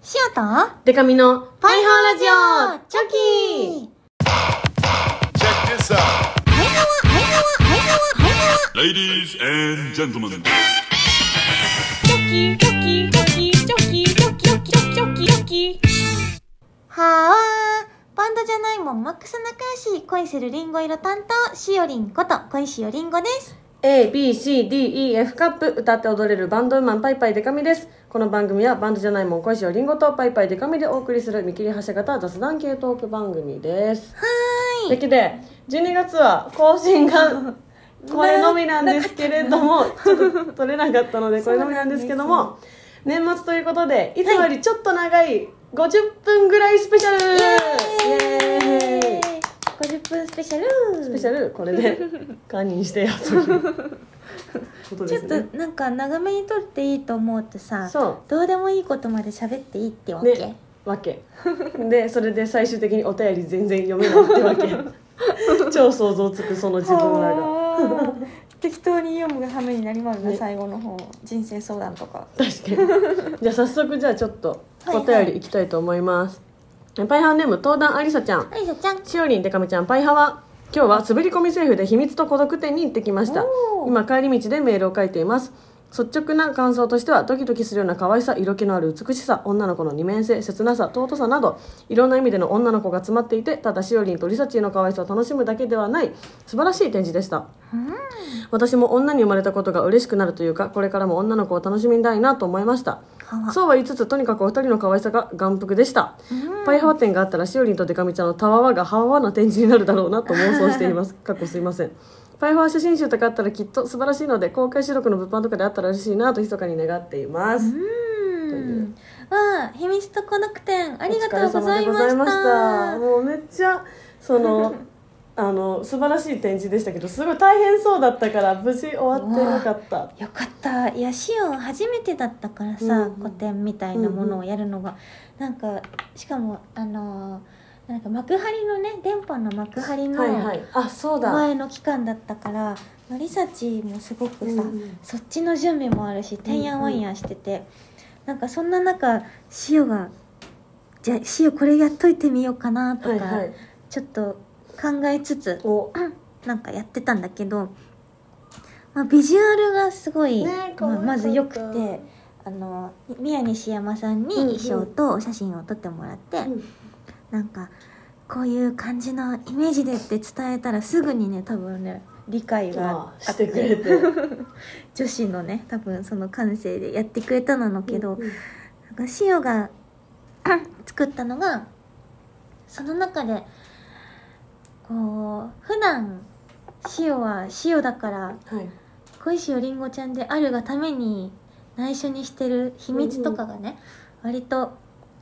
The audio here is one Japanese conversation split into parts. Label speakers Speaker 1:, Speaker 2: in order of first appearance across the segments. Speaker 1: シアター
Speaker 2: デカミの
Speaker 1: パ
Speaker 2: パ
Speaker 1: イ
Speaker 2: イ
Speaker 1: ハーラ
Speaker 2: ハー
Speaker 1: ジ
Speaker 2: ラジ
Speaker 1: オ
Speaker 2: オチョキ
Speaker 3: Check this out.
Speaker 1: ハイハワハイハワハイハワハイハワ
Speaker 3: Ladies and gentlemen.
Speaker 4: チョキチョキチョキチョキチョキチョキチョキチョキ
Speaker 1: はーわーバンドじゃないもんマックス仲良し恋するりんご色担当しおりんこと恋しおりんごです
Speaker 2: A, B, C, D, E, F カップ歌って踊れるバンドウーマンパイパイデカミですこの番組はバンドじゃないもん恋しおりんごとパイパイデカミでお送りする見切り発車型雑談系トーク番組です
Speaker 1: はー
Speaker 2: というわけで12月は更新 がこれのみなんですけれどもちょっと取れなかった のでこれのみなんですけども年末ということでいつもよりちょっと長い50分ぐらいスペシャル、
Speaker 1: い
Speaker 2: イエーイ
Speaker 1: 50分スペシャル
Speaker 2: スペシャルこれ で堪忍してよということ
Speaker 1: ち
Speaker 2: で
Speaker 1: ょ
Speaker 2: す
Speaker 1: っ
Speaker 2: ね
Speaker 1: となんか長めに撮っていいと思うとさ
Speaker 2: そ
Speaker 1: どうでもいいことまで喋っていいってわ
Speaker 2: う
Speaker 1: け、
Speaker 2: ねわけでそれで最終的にお便り全然読めない ってわけ超想像つくその自分らが
Speaker 1: はー適当に読むがためになりまるな、
Speaker 2: ね
Speaker 1: 最後の方人生相談とか
Speaker 2: 確かにじゃあ早速じゃあちょっと
Speaker 1: はいは
Speaker 2: お
Speaker 1: い
Speaker 2: 便りいきたいと思います、パイハーネーム東壇ありさちゃん
Speaker 1: あいさちゃん
Speaker 2: しおりんでかみちゃんパイハワ今日は滑り込みセーフで秘密と孤独店に行ってきました
Speaker 1: おー
Speaker 2: 今帰り道でメールを書いています率直な感想としてはドキドキするような可愛さ色気のある美しさ女の子の二面性切なさ尊さなどいろんな意味での女の子が詰まっていてただしおりんとリサチーの可愛さを楽しむだけではない素晴らしい展示でした私も女に生まれたことが嬉しくなるというかこれからも女の子を楽しみたいなと思いました
Speaker 1: は
Speaker 2: そうは言いつつとにかくお二人の可愛さが眼福でしたパイハワ展があったらしおりんとデカミちゃんのたわわがはわわな展示になるだろうなと妄想して いますかっこすいませんパイハワ写真集とかあったらきっと素晴らしいので公開収録の物販とかであったら嬉しいなと密かに願っています
Speaker 1: うんわあ秘密と孤独店あ
Speaker 2: あ
Speaker 1: りがとうございました
Speaker 2: もうめっちゃ そのあの素晴らしい展示でしたけどすごい大変そうだったから無事終わってよかった
Speaker 1: よかったいやシオン初めてだったからさ、
Speaker 2: うんうん
Speaker 1: 古典みたいなものをやるのが、なんかしかもあのーなんか幕張のね電波の幕張
Speaker 2: はいは
Speaker 1: の
Speaker 2: いあそうだ
Speaker 1: 前の期間だったから、まあリサチもすごくさ、
Speaker 2: うんうん
Speaker 1: そっちの準備もあるしてんやわんやしてて、なんかそんな中シオが「じゃあシオこれやっといてみようかな」と
Speaker 2: はい
Speaker 1: か、
Speaker 2: はい
Speaker 1: ちょっと考えつつ
Speaker 2: お
Speaker 1: なんかやってたんだけど、まあ、ビジュアルがすごい、
Speaker 2: ね可
Speaker 1: まあ
Speaker 2: 愛かった
Speaker 1: まず良くてあの宮西山さんに
Speaker 2: うんうん
Speaker 1: 衣装とお写真を撮ってもらって、
Speaker 2: うん
Speaker 1: なんかこういう感じのイメージでって伝えたらすぐにね多分ね理解が
Speaker 2: あ
Speaker 1: あ
Speaker 2: し
Speaker 1: って
Speaker 2: くれて
Speaker 1: 女子のね多分その感性でやってくれたなのけど、
Speaker 2: うんうん
Speaker 1: なんかシオが 作ったのがその中でこう普段シオはシオだから
Speaker 2: はい
Speaker 1: 小石おりんごちゃんであるがために内緒にしてる秘密とかがね、割と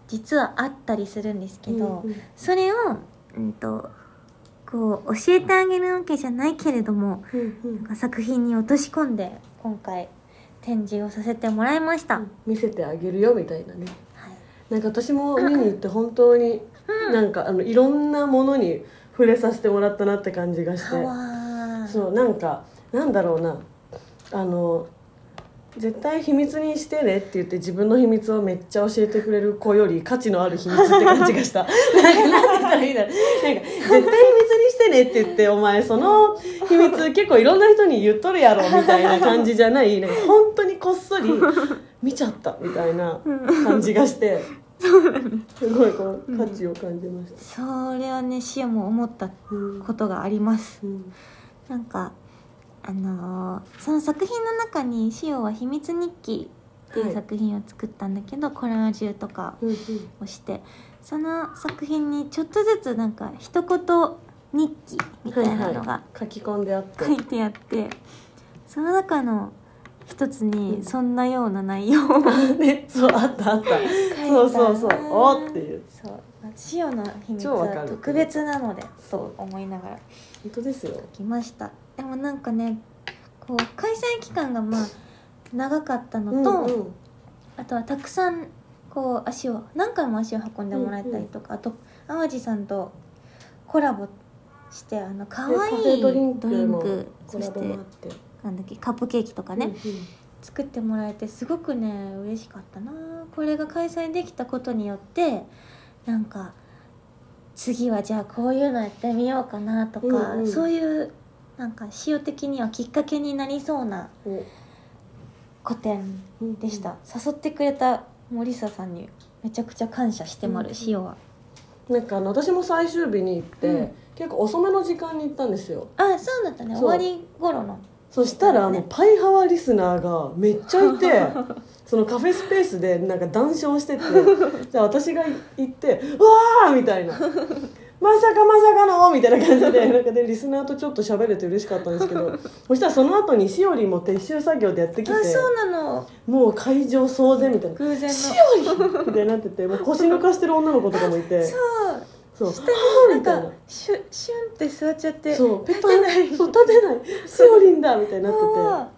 Speaker 1: 実はあったりするんですけど、
Speaker 2: うんうん
Speaker 1: それを、うん、とこう教えてあげるわけじゃないけれども
Speaker 2: うんう
Speaker 1: なんんか作品に落とし込んで今回展示をさせてもらいました。
Speaker 2: 見せてあげるよみたいなね
Speaker 1: はい
Speaker 2: なんか私も見に行って本当になんかあのいろんなものに触れさせてもらったなって感じがし
Speaker 1: か
Speaker 2: て
Speaker 1: わいい
Speaker 2: そうなんかなんだろうなあの絶対秘密にしてねって言って自分の秘密をめっちゃ教えてくれる子より価値のある秘密って感じがし たなんかなんて言ったらいいんだろうなんか絶対秘密にしてねって言ってお前その秘密結構いろんな人に言っとるやろみたいな感じじゃないなんか本当にこっそり見ちゃったみたいな感じがしてすごいこう価値を感じました。
Speaker 1: それはねシオも思った
Speaker 2: うん
Speaker 1: ことがあります
Speaker 2: うん
Speaker 1: なんかあのーその作品の中にシオは「秘密日記」っていう作品を作ったんだけど、コラージュとか
Speaker 2: うんうん
Speaker 1: をしてその作品にちょっとずつなんか一言日記みたいなのが
Speaker 2: 書き込んであって
Speaker 1: 書いてあって、その中の一つ
Speaker 2: う
Speaker 1: に
Speaker 2: ん
Speaker 1: そんなような内容を
Speaker 2: ね、そうあったあったそうそうそうおっていう
Speaker 1: そう塩の秘密
Speaker 2: 超わか
Speaker 1: は
Speaker 2: る
Speaker 1: 特別なので
Speaker 2: そう
Speaker 1: と思いながら
Speaker 2: 本当ですよ
Speaker 1: 来ましたでもなんかねこう開催期間がまあ長かったのと、
Speaker 2: うん
Speaker 1: あとはたくさんこう足を何回も足を運んでもらったりとか、あと淡路さんとコラボしてあの可
Speaker 2: カフ
Speaker 1: 愛い
Speaker 2: ェ
Speaker 1: ド
Speaker 2: ド
Speaker 1: リ
Speaker 2: リ
Speaker 1: ン
Speaker 2: ン
Speaker 1: ク
Speaker 2: クもコ
Speaker 1: そ
Speaker 2: ラ
Speaker 1: して
Speaker 2: ボもあって
Speaker 1: なんだっけカップケーキとかね、
Speaker 2: うんうん
Speaker 1: 作ってもらえてすごくね嬉しかったなこれが開催できたことによってなんか次はじゃあこういうのやってみようかなとか、
Speaker 2: うんうん
Speaker 1: そういうなんか潮的にはきっかけになりそうな古典でした、誘ってくれた森下さんにめちゃくちゃ感謝してもらう、
Speaker 2: うん
Speaker 1: 潮は
Speaker 2: なんかあの私も最終日に行って、
Speaker 1: うん
Speaker 2: 結構遅めの時間に行ったんですよ
Speaker 1: あそうだったね
Speaker 2: そう
Speaker 1: 終わり頃の
Speaker 2: そしたら
Speaker 1: ね
Speaker 2: もうパイハワリスナーがめっちゃ いてそのカフェスペースでなんか談笑してて じゃあ私が行って「うわー!」みたいな「まさかまさかの!」みたいな感じ でなんかでリスナーとちょっと喋れて嬉しかったんですけどそしたらその後にしおりんも撤収作業でやってきて
Speaker 1: あそうなの
Speaker 2: もう会場騒然みたいな
Speaker 1: 偶然
Speaker 2: 「
Speaker 1: の
Speaker 2: し
Speaker 1: そ
Speaker 2: おりん!」みたいになっててもう腰抜かしてる女の子とかもいて
Speaker 1: う
Speaker 2: そう
Speaker 1: 下に
Speaker 2: みた
Speaker 1: ないん
Speaker 2: な
Speaker 1: かシュシュンって座っちゃって
Speaker 2: そうペッパ
Speaker 1: 立てない
Speaker 2: ーそう立てないしおりんだみたいになってて
Speaker 1: も。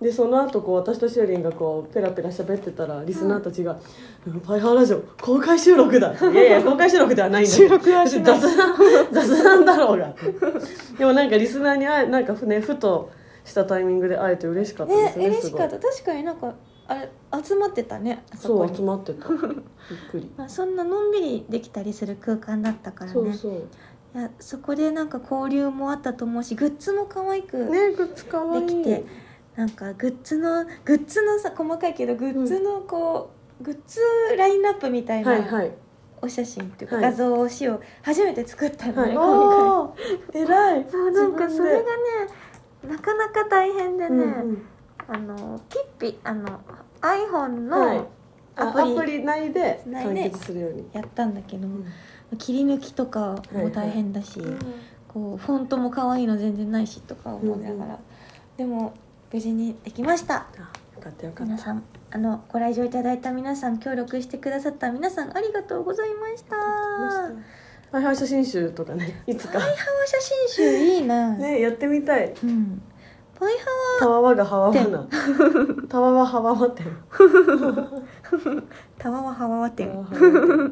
Speaker 2: でその後こう私としおりんがこうペラペラ喋ってたらリスナーたちが「うんパイハーラジオ公開収録だ」いやいや 公開収録ではないんだ
Speaker 1: 収録はしない
Speaker 2: 雑談雑談だろうが」でもなんかリスナーに会えなんかふねふとしたタイミングで会えて嬉しかったで
Speaker 1: ね
Speaker 2: すね
Speaker 1: 嬉
Speaker 2: す
Speaker 1: し
Speaker 2: ごい
Speaker 1: かった確かになんかあれ集まってたねあそ
Speaker 2: そ
Speaker 1: こ
Speaker 2: う集
Speaker 1: に
Speaker 2: まってたびっくり
Speaker 1: まあ、そんなのんびりできたりする空間だったからね
Speaker 2: そうそう
Speaker 1: いやそこでなんか交流もあったと思うしグッズも可愛くで
Speaker 2: ねグッズかわいい
Speaker 1: きて、なんかグッズのグッズのさ細かいけどグッズのこう、グッズラインナップみたい
Speaker 2: はい
Speaker 1: な
Speaker 2: はい
Speaker 1: お写真っていうか
Speaker 2: はい
Speaker 1: 画像をしを初めて作ったの
Speaker 2: は
Speaker 1: ね、
Speaker 2: い
Speaker 1: 今
Speaker 2: おー偉い
Speaker 1: 回そうなんか
Speaker 2: 自
Speaker 1: そ
Speaker 2: 分
Speaker 1: れ
Speaker 2: で
Speaker 1: がねなかなか大変で
Speaker 2: う
Speaker 1: ね、
Speaker 2: んうん
Speaker 1: あのピッピあの iPhone
Speaker 2: は
Speaker 1: の
Speaker 2: いあ
Speaker 1: アプリ
Speaker 2: アプリ内で
Speaker 1: 内で
Speaker 2: 完結するように
Speaker 1: やったんだけど、切り抜きとかも大変だし、こうフォントも可愛いの全然ないしとか思いながら、でも無事にできました
Speaker 2: あよかったよかった
Speaker 1: 皆さんあのご来場いただいた皆さん協力してくださった皆さんありがとうございました
Speaker 2: ハイハイ写真集とか ねいつか
Speaker 1: パイハワ写真集いいな、
Speaker 2: ねやってみたい
Speaker 1: うんパイハ
Speaker 2: たわわがはわわなたわわはわわ店
Speaker 1: ワタワワハワワ
Speaker 2: たわ
Speaker 1: 店
Speaker 2: わはわわ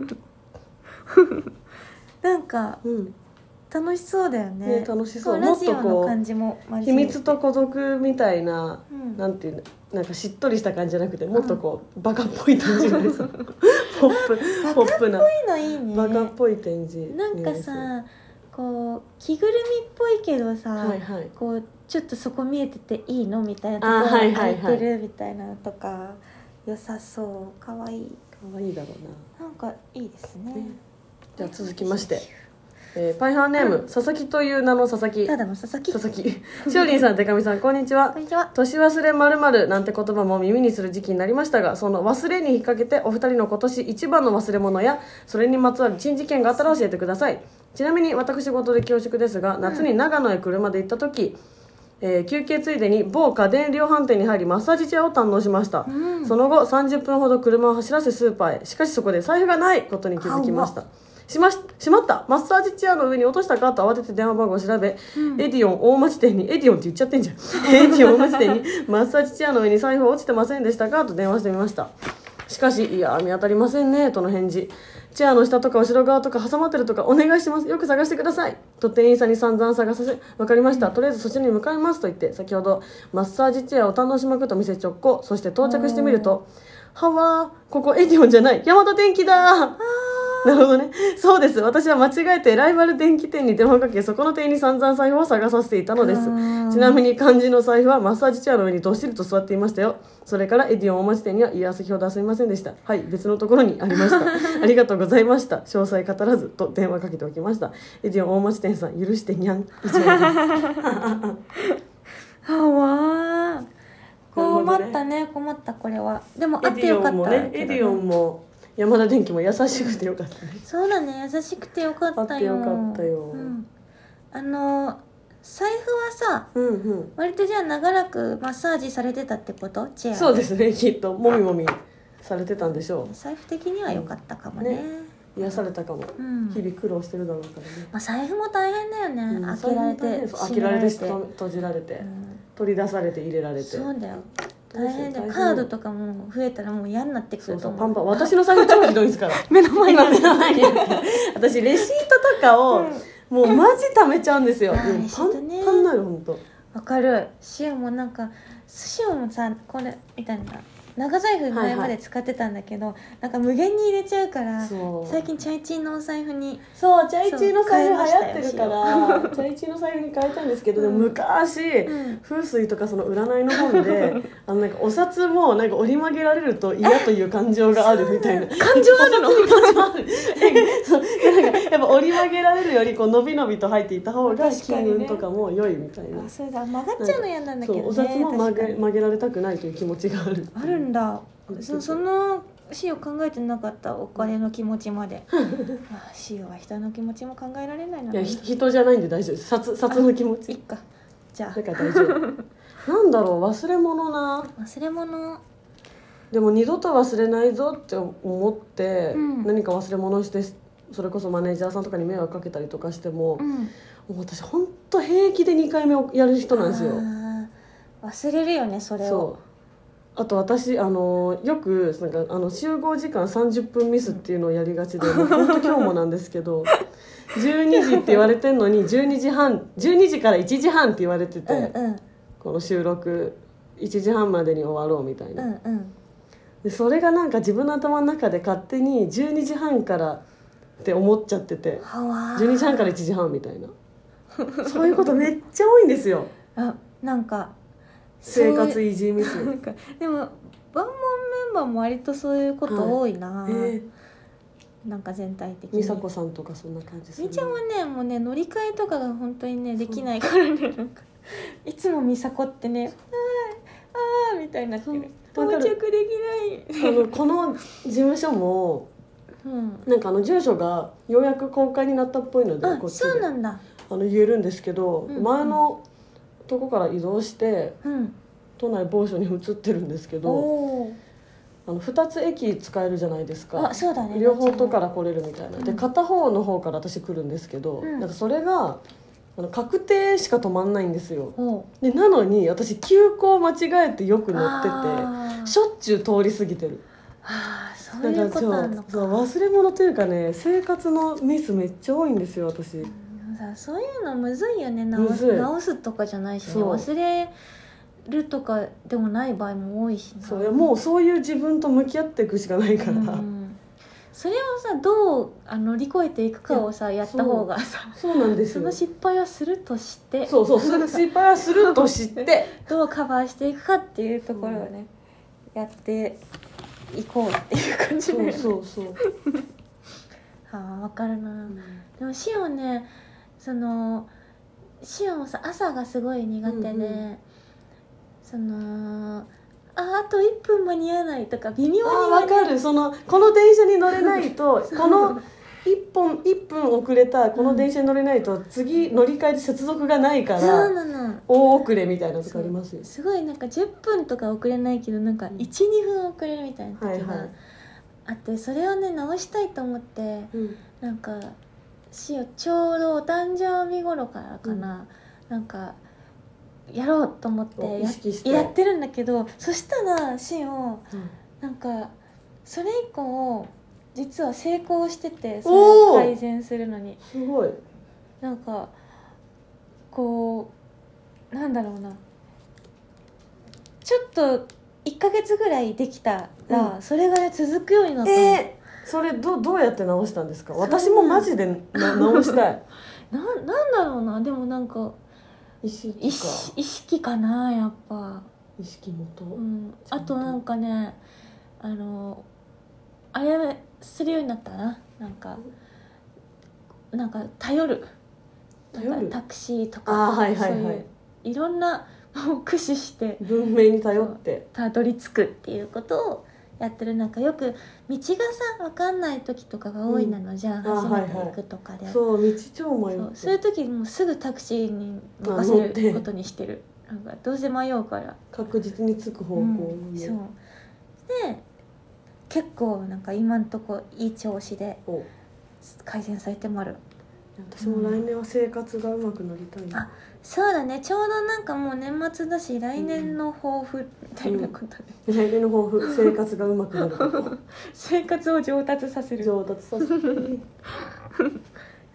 Speaker 1: なんか
Speaker 2: 店うん
Speaker 1: 楽しそうだよね
Speaker 2: ね楽しそう
Speaker 1: ラ
Speaker 2: もっ
Speaker 1: ジ
Speaker 2: と
Speaker 1: オの
Speaker 2: こ
Speaker 1: 感じも
Speaker 2: う秘
Speaker 1: 交えて
Speaker 2: 密と孤独みたいな
Speaker 1: うん
Speaker 2: なんていうのなんかしっとりした感じじゃなくてもっとこうバカっぽい展示になり そうポップポップな
Speaker 1: そういうのいいね
Speaker 2: バカっぽい展示
Speaker 1: なんかさ、
Speaker 2: にな
Speaker 1: こう着ぐるみっぽいけどさ、
Speaker 2: りそうはいはい
Speaker 1: こうちょっとそこ見えてていいのみたいなと
Speaker 2: あ
Speaker 1: こ
Speaker 2: は
Speaker 1: ろ
Speaker 2: い
Speaker 1: が空
Speaker 2: はい
Speaker 1: い
Speaker 2: はい
Speaker 1: てるみたいなのとか良さそうかわいい
Speaker 2: 可愛いだろうな
Speaker 1: なんかいいですね
Speaker 2: ねじゃあ続きましてえーパイハーネーム佐々木という名の佐々木
Speaker 1: ただの佐々木
Speaker 2: 佐々木しおりんさんてかみさんこんにちは
Speaker 1: こんにちは
Speaker 2: 年忘れまるまるなんて言葉も耳にする時期になりましたがその忘れに引っ掛けてお二人の今年一番の忘れ物やそれにまつわる珍事件があったら教えてくださいちなみに私事で恐縮ですが夏に長野へ車で行った時、えー休憩ついでに某家電量販店に入りマッサージチェアを堪能しました、
Speaker 1: うん
Speaker 2: その後30分ほど車を走らせスーパーへしかしそこで財布がないことに気づきましたしまししまったマッサージチェアの上に落としたかと慌てて電話番号を調べ、エディオン大町店にエディオンって言っちゃってんじゃんエディオン大町店にマッサージチェアの上に財布は落ちてませんでしたかと電話してみましたしかし「いや見当たりませんね」との返事チェアの下とか後ろ側とか挟まってるとかお願いしますよく探してくださいと店員さんに散々探させ分かりましたとりあえずそちらに向かいますと言って先ほどマッサージチェアを堪能しまくった店直行そして到着してみると「はわーここエディオンじゃないヤマト電機だー」なるほどね。そうです。私は間違えてライバル電気店に電話をかけ、そこの店員に散々財布を探させていたのです。
Speaker 1: うん
Speaker 2: ちなみに漢字の財布はマッサージチェアの上にどっしりと座っていましたよ。それからエディオン大町店には、いや、先ほどはすみませんでした。はい、別のところにありま した。ありがとうございました。詳細語らず、と電話かけておきました。エディオン大町店さん、許してにゃん。以上です。
Speaker 1: あわー困ったね困ったこれはでもあってよかった
Speaker 2: もね、 エディオンも、山田電機も優しくてよかったね。
Speaker 1: そうだね優しくてよかったよ
Speaker 2: あってよかったよ
Speaker 1: うん、あの財布はさ
Speaker 2: うんうん。
Speaker 1: 割とじゃあ長らくマッサージされてたってことチェア
Speaker 2: そうですね、きっと。もみもみされてたんでしょう。
Speaker 1: 財布的には良かったかもね
Speaker 2: ね癒されたかも、
Speaker 1: うん
Speaker 2: 日々苦労してるだろうからね、
Speaker 1: まあ、財布も大変だよね、
Speaker 2: うん
Speaker 1: 開けられ
Speaker 2: そうい
Speaker 1: て
Speaker 2: うことねそう開けられて
Speaker 1: 閉められて
Speaker 2: 閉じられて、
Speaker 1: うん
Speaker 2: 取り出されて入れられて
Speaker 1: そうだよ
Speaker 2: どう
Speaker 1: 大
Speaker 2: しよ
Speaker 1: 変
Speaker 2: う
Speaker 1: だよ
Speaker 2: 大変
Speaker 1: カードとかも増えたらもう嫌になってく
Speaker 2: そ
Speaker 1: る
Speaker 2: う
Speaker 1: と
Speaker 2: そう
Speaker 1: 思う
Speaker 2: パンパン私の財布超ひどいで すから
Speaker 1: 目の前に
Speaker 2: 今目の前にある私レシートとかを、もうマジ貯めちゃうんですよ、
Speaker 1: あー
Speaker 2: もう
Speaker 1: レシ
Speaker 2: パン
Speaker 1: ート
Speaker 2: パン
Speaker 1: ね
Speaker 2: になる本当
Speaker 1: わかるシオもなんかシオもさこれみたいな長財布
Speaker 2: はいは
Speaker 1: 前
Speaker 2: い
Speaker 1: まで使ってたんだけど、なんか無限に入れちゃうから
Speaker 2: そう
Speaker 1: 最近チャイチンのお財布に
Speaker 2: そうチャイチーの財布流
Speaker 1: そう
Speaker 2: 行ってるからチャイチーの財布に変えたんですけど、でも昔、
Speaker 1: ん
Speaker 2: 風水とかその占いの本で あのなんかお札もなんか折り曲げられると嫌という感情があるみた いな感情あるの 感情あるそうなんかやっぱ折り曲げられるよりこう伸び伸びと入っていった方が
Speaker 1: 確か
Speaker 2: 金
Speaker 1: にね
Speaker 2: 運とかも良いみたいな、
Speaker 1: あそうだ曲がっちゃうの嫌なんだけ
Speaker 2: そ
Speaker 1: どね
Speaker 2: うお札も曲げ
Speaker 1: 確かに
Speaker 2: 曲げられたくないという気持ちがある
Speaker 1: あるんだ
Speaker 2: うん
Speaker 1: そその死を考えてなかったお金の気持ちまでまあ死は人の気持ちも考えられないない
Speaker 2: やひ人じゃないんで大丈夫です札札の気持
Speaker 1: いっ
Speaker 2: ち
Speaker 1: かじゃ
Speaker 2: だから大丈夫なんだろう忘れ物な
Speaker 1: あ忘れ物
Speaker 2: でも二度と忘れないぞって思って、
Speaker 1: うん
Speaker 2: 何か忘れ物してそれこそマネージャーさんとかに迷惑かけたりとかしても,、
Speaker 1: う
Speaker 2: も
Speaker 1: ん
Speaker 2: う私本当平気で2回目をやる人なんですよ。
Speaker 1: あー忘れるよねそれを
Speaker 2: そうあと私あのよくなんかあの集合時間30分ミスっていうのをやりがちで、もう本当今日もなんですけ ど12時って言われてんのに12時半12時から1時半って言われてて、
Speaker 1: うんうん
Speaker 2: この収録1時半までに終わろうみたいな
Speaker 1: う、んうん
Speaker 2: でそれがなんか自分の頭の中で勝手に12時半からって思っちゃってて
Speaker 1: はわー
Speaker 2: 12時半から1時半みたいなそういうことめっちゃ多いんですよ
Speaker 1: あなんか
Speaker 2: 生活
Speaker 1: そう
Speaker 2: イージーミス
Speaker 1: なんかでもバンモンメンバーも割とそういうこと多いな、
Speaker 2: えー
Speaker 1: なんか全体的に
Speaker 2: 美佐子さんとかそんな感じですね
Speaker 1: みーちゃんはねもうね乗り換えとかが本当にねできないからねなんかいつもみさこってね「あーあー」みたいになってる
Speaker 2: そう
Speaker 1: 到
Speaker 2: わか
Speaker 1: 着
Speaker 2: る
Speaker 1: できない
Speaker 2: あのこの事務所も
Speaker 1: うん
Speaker 2: なんかあの住所がようやく公開になったっぽいのでこ
Speaker 1: あ
Speaker 2: っちで
Speaker 1: そうなんだ
Speaker 2: あの言えるんですけど、
Speaker 1: うんうん
Speaker 2: 前のとこから移動して
Speaker 1: うん
Speaker 2: 都内某所に移ってるんですけ
Speaker 1: お
Speaker 2: ど
Speaker 1: お
Speaker 2: あの2つ駅使えるじゃないですか
Speaker 1: あそうだね
Speaker 2: 両方とから来れるみたいなで
Speaker 1: うん
Speaker 2: 片方の方から私来るんですけど、
Speaker 1: うん
Speaker 2: なんかそれがあの確定しか止まんないんですよ
Speaker 1: おお
Speaker 2: でなのに私急行間違えてよく乗って
Speaker 1: あ
Speaker 2: て
Speaker 1: ー
Speaker 2: しょっちゅう通り過ぎてる
Speaker 1: あーそう
Speaker 2: なん
Speaker 1: いう
Speaker 2: か
Speaker 1: こ
Speaker 2: そ
Speaker 1: とあんの
Speaker 2: う
Speaker 1: か
Speaker 2: そう忘れ物というかね生活のミスめっちゃ多いんですよ私
Speaker 1: でもさそういうのむずいよね直
Speaker 2: むず
Speaker 1: す
Speaker 2: い
Speaker 1: 直すとかじゃないしね
Speaker 2: そう
Speaker 1: 忘れるとかでもない場合も多いしな
Speaker 2: そういやもうそういう自分と向き合っていくしかないから、
Speaker 1: うんそれをさどうあ乗り越えていくかをさやった方がさ
Speaker 2: そうなんです
Speaker 1: そ
Speaker 2: よ
Speaker 1: の失敗をするとして
Speaker 2: そうそうす 失敗はすると知って
Speaker 1: どうカバーしていくかっていうところをねやっていこうっていう感じ
Speaker 2: そ
Speaker 1: で、
Speaker 2: う
Speaker 1: ね、
Speaker 2: そうそう、
Speaker 1: あーわかるなでもシオンねそのシオンもさ朝がすごい苦手で、
Speaker 2: うんうん
Speaker 1: そのああと1分間に合わないとか微妙に
Speaker 2: あわかるそのこの電車に乗れないとこの1本一分遅れたこの電車に乗れないと次乗り換えで接続がないか
Speaker 1: そう
Speaker 2: ら
Speaker 1: なの
Speaker 2: 大遅れみたいなとかありますよ
Speaker 1: すごいなんか10分とか遅れないけどなんか12、分遅れるみたいな時
Speaker 2: はいは
Speaker 1: が
Speaker 2: い
Speaker 1: あって、それをね直したいと思って
Speaker 2: うん
Speaker 1: なんかしおちょうどお誕生日頃からかな、なんかやろうと思ってや
Speaker 2: お意識して
Speaker 1: やってるんだけどそしたらしおなんかそれ以降実は成功しててそれを改善するのに
Speaker 2: すごい
Speaker 1: なんかこうなんだろうなちょっと1ヶ月ぐらいできたら、
Speaker 2: う
Speaker 1: それがね続くようになったの、
Speaker 2: えそれどどうやって直したんですか
Speaker 1: そんな
Speaker 2: 私もマジで な直したい
Speaker 1: なんなんだろうなでもなんか
Speaker 2: 意識か
Speaker 1: 意識意識かなやっぱ、
Speaker 2: 意識元、
Speaker 1: うん、
Speaker 2: ちゃ
Speaker 1: あ
Speaker 2: んと
Speaker 1: となんかねあのあれするようになったななんかなんか頼る
Speaker 2: 頼
Speaker 1: なん
Speaker 2: る
Speaker 1: かタクシーとか
Speaker 2: あーはいはい
Speaker 1: そう
Speaker 2: は
Speaker 1: いう
Speaker 2: い
Speaker 1: いろんなもう駆使して
Speaker 2: 文明に頼って
Speaker 1: たどり着くっていうことをやってるなんかよく道がさ分かんない時とかが多いなの、じゃあ
Speaker 2: あ
Speaker 1: 初
Speaker 2: はい
Speaker 1: め
Speaker 2: はい
Speaker 1: て行くとかで、
Speaker 2: そう道超迷
Speaker 1: そううそういう時もうすぐタクシーに任
Speaker 2: あ乗っ
Speaker 1: せる
Speaker 2: て
Speaker 1: ことにしてるなんかどうせ迷うから、
Speaker 2: 確実につく方向
Speaker 1: う
Speaker 2: に、
Speaker 1: ん、そうで結構なんか今んとこいい調子で
Speaker 2: お
Speaker 1: 改善されてもある
Speaker 2: 私も来年は生活がうまくなりたいな、
Speaker 1: そうだねちょうどなんかもう年末だし来年の抱負みたいなことで、
Speaker 2: 来年の抱負生活がうまくなる こと
Speaker 1: 生活を上達させる
Speaker 2: 上達させて、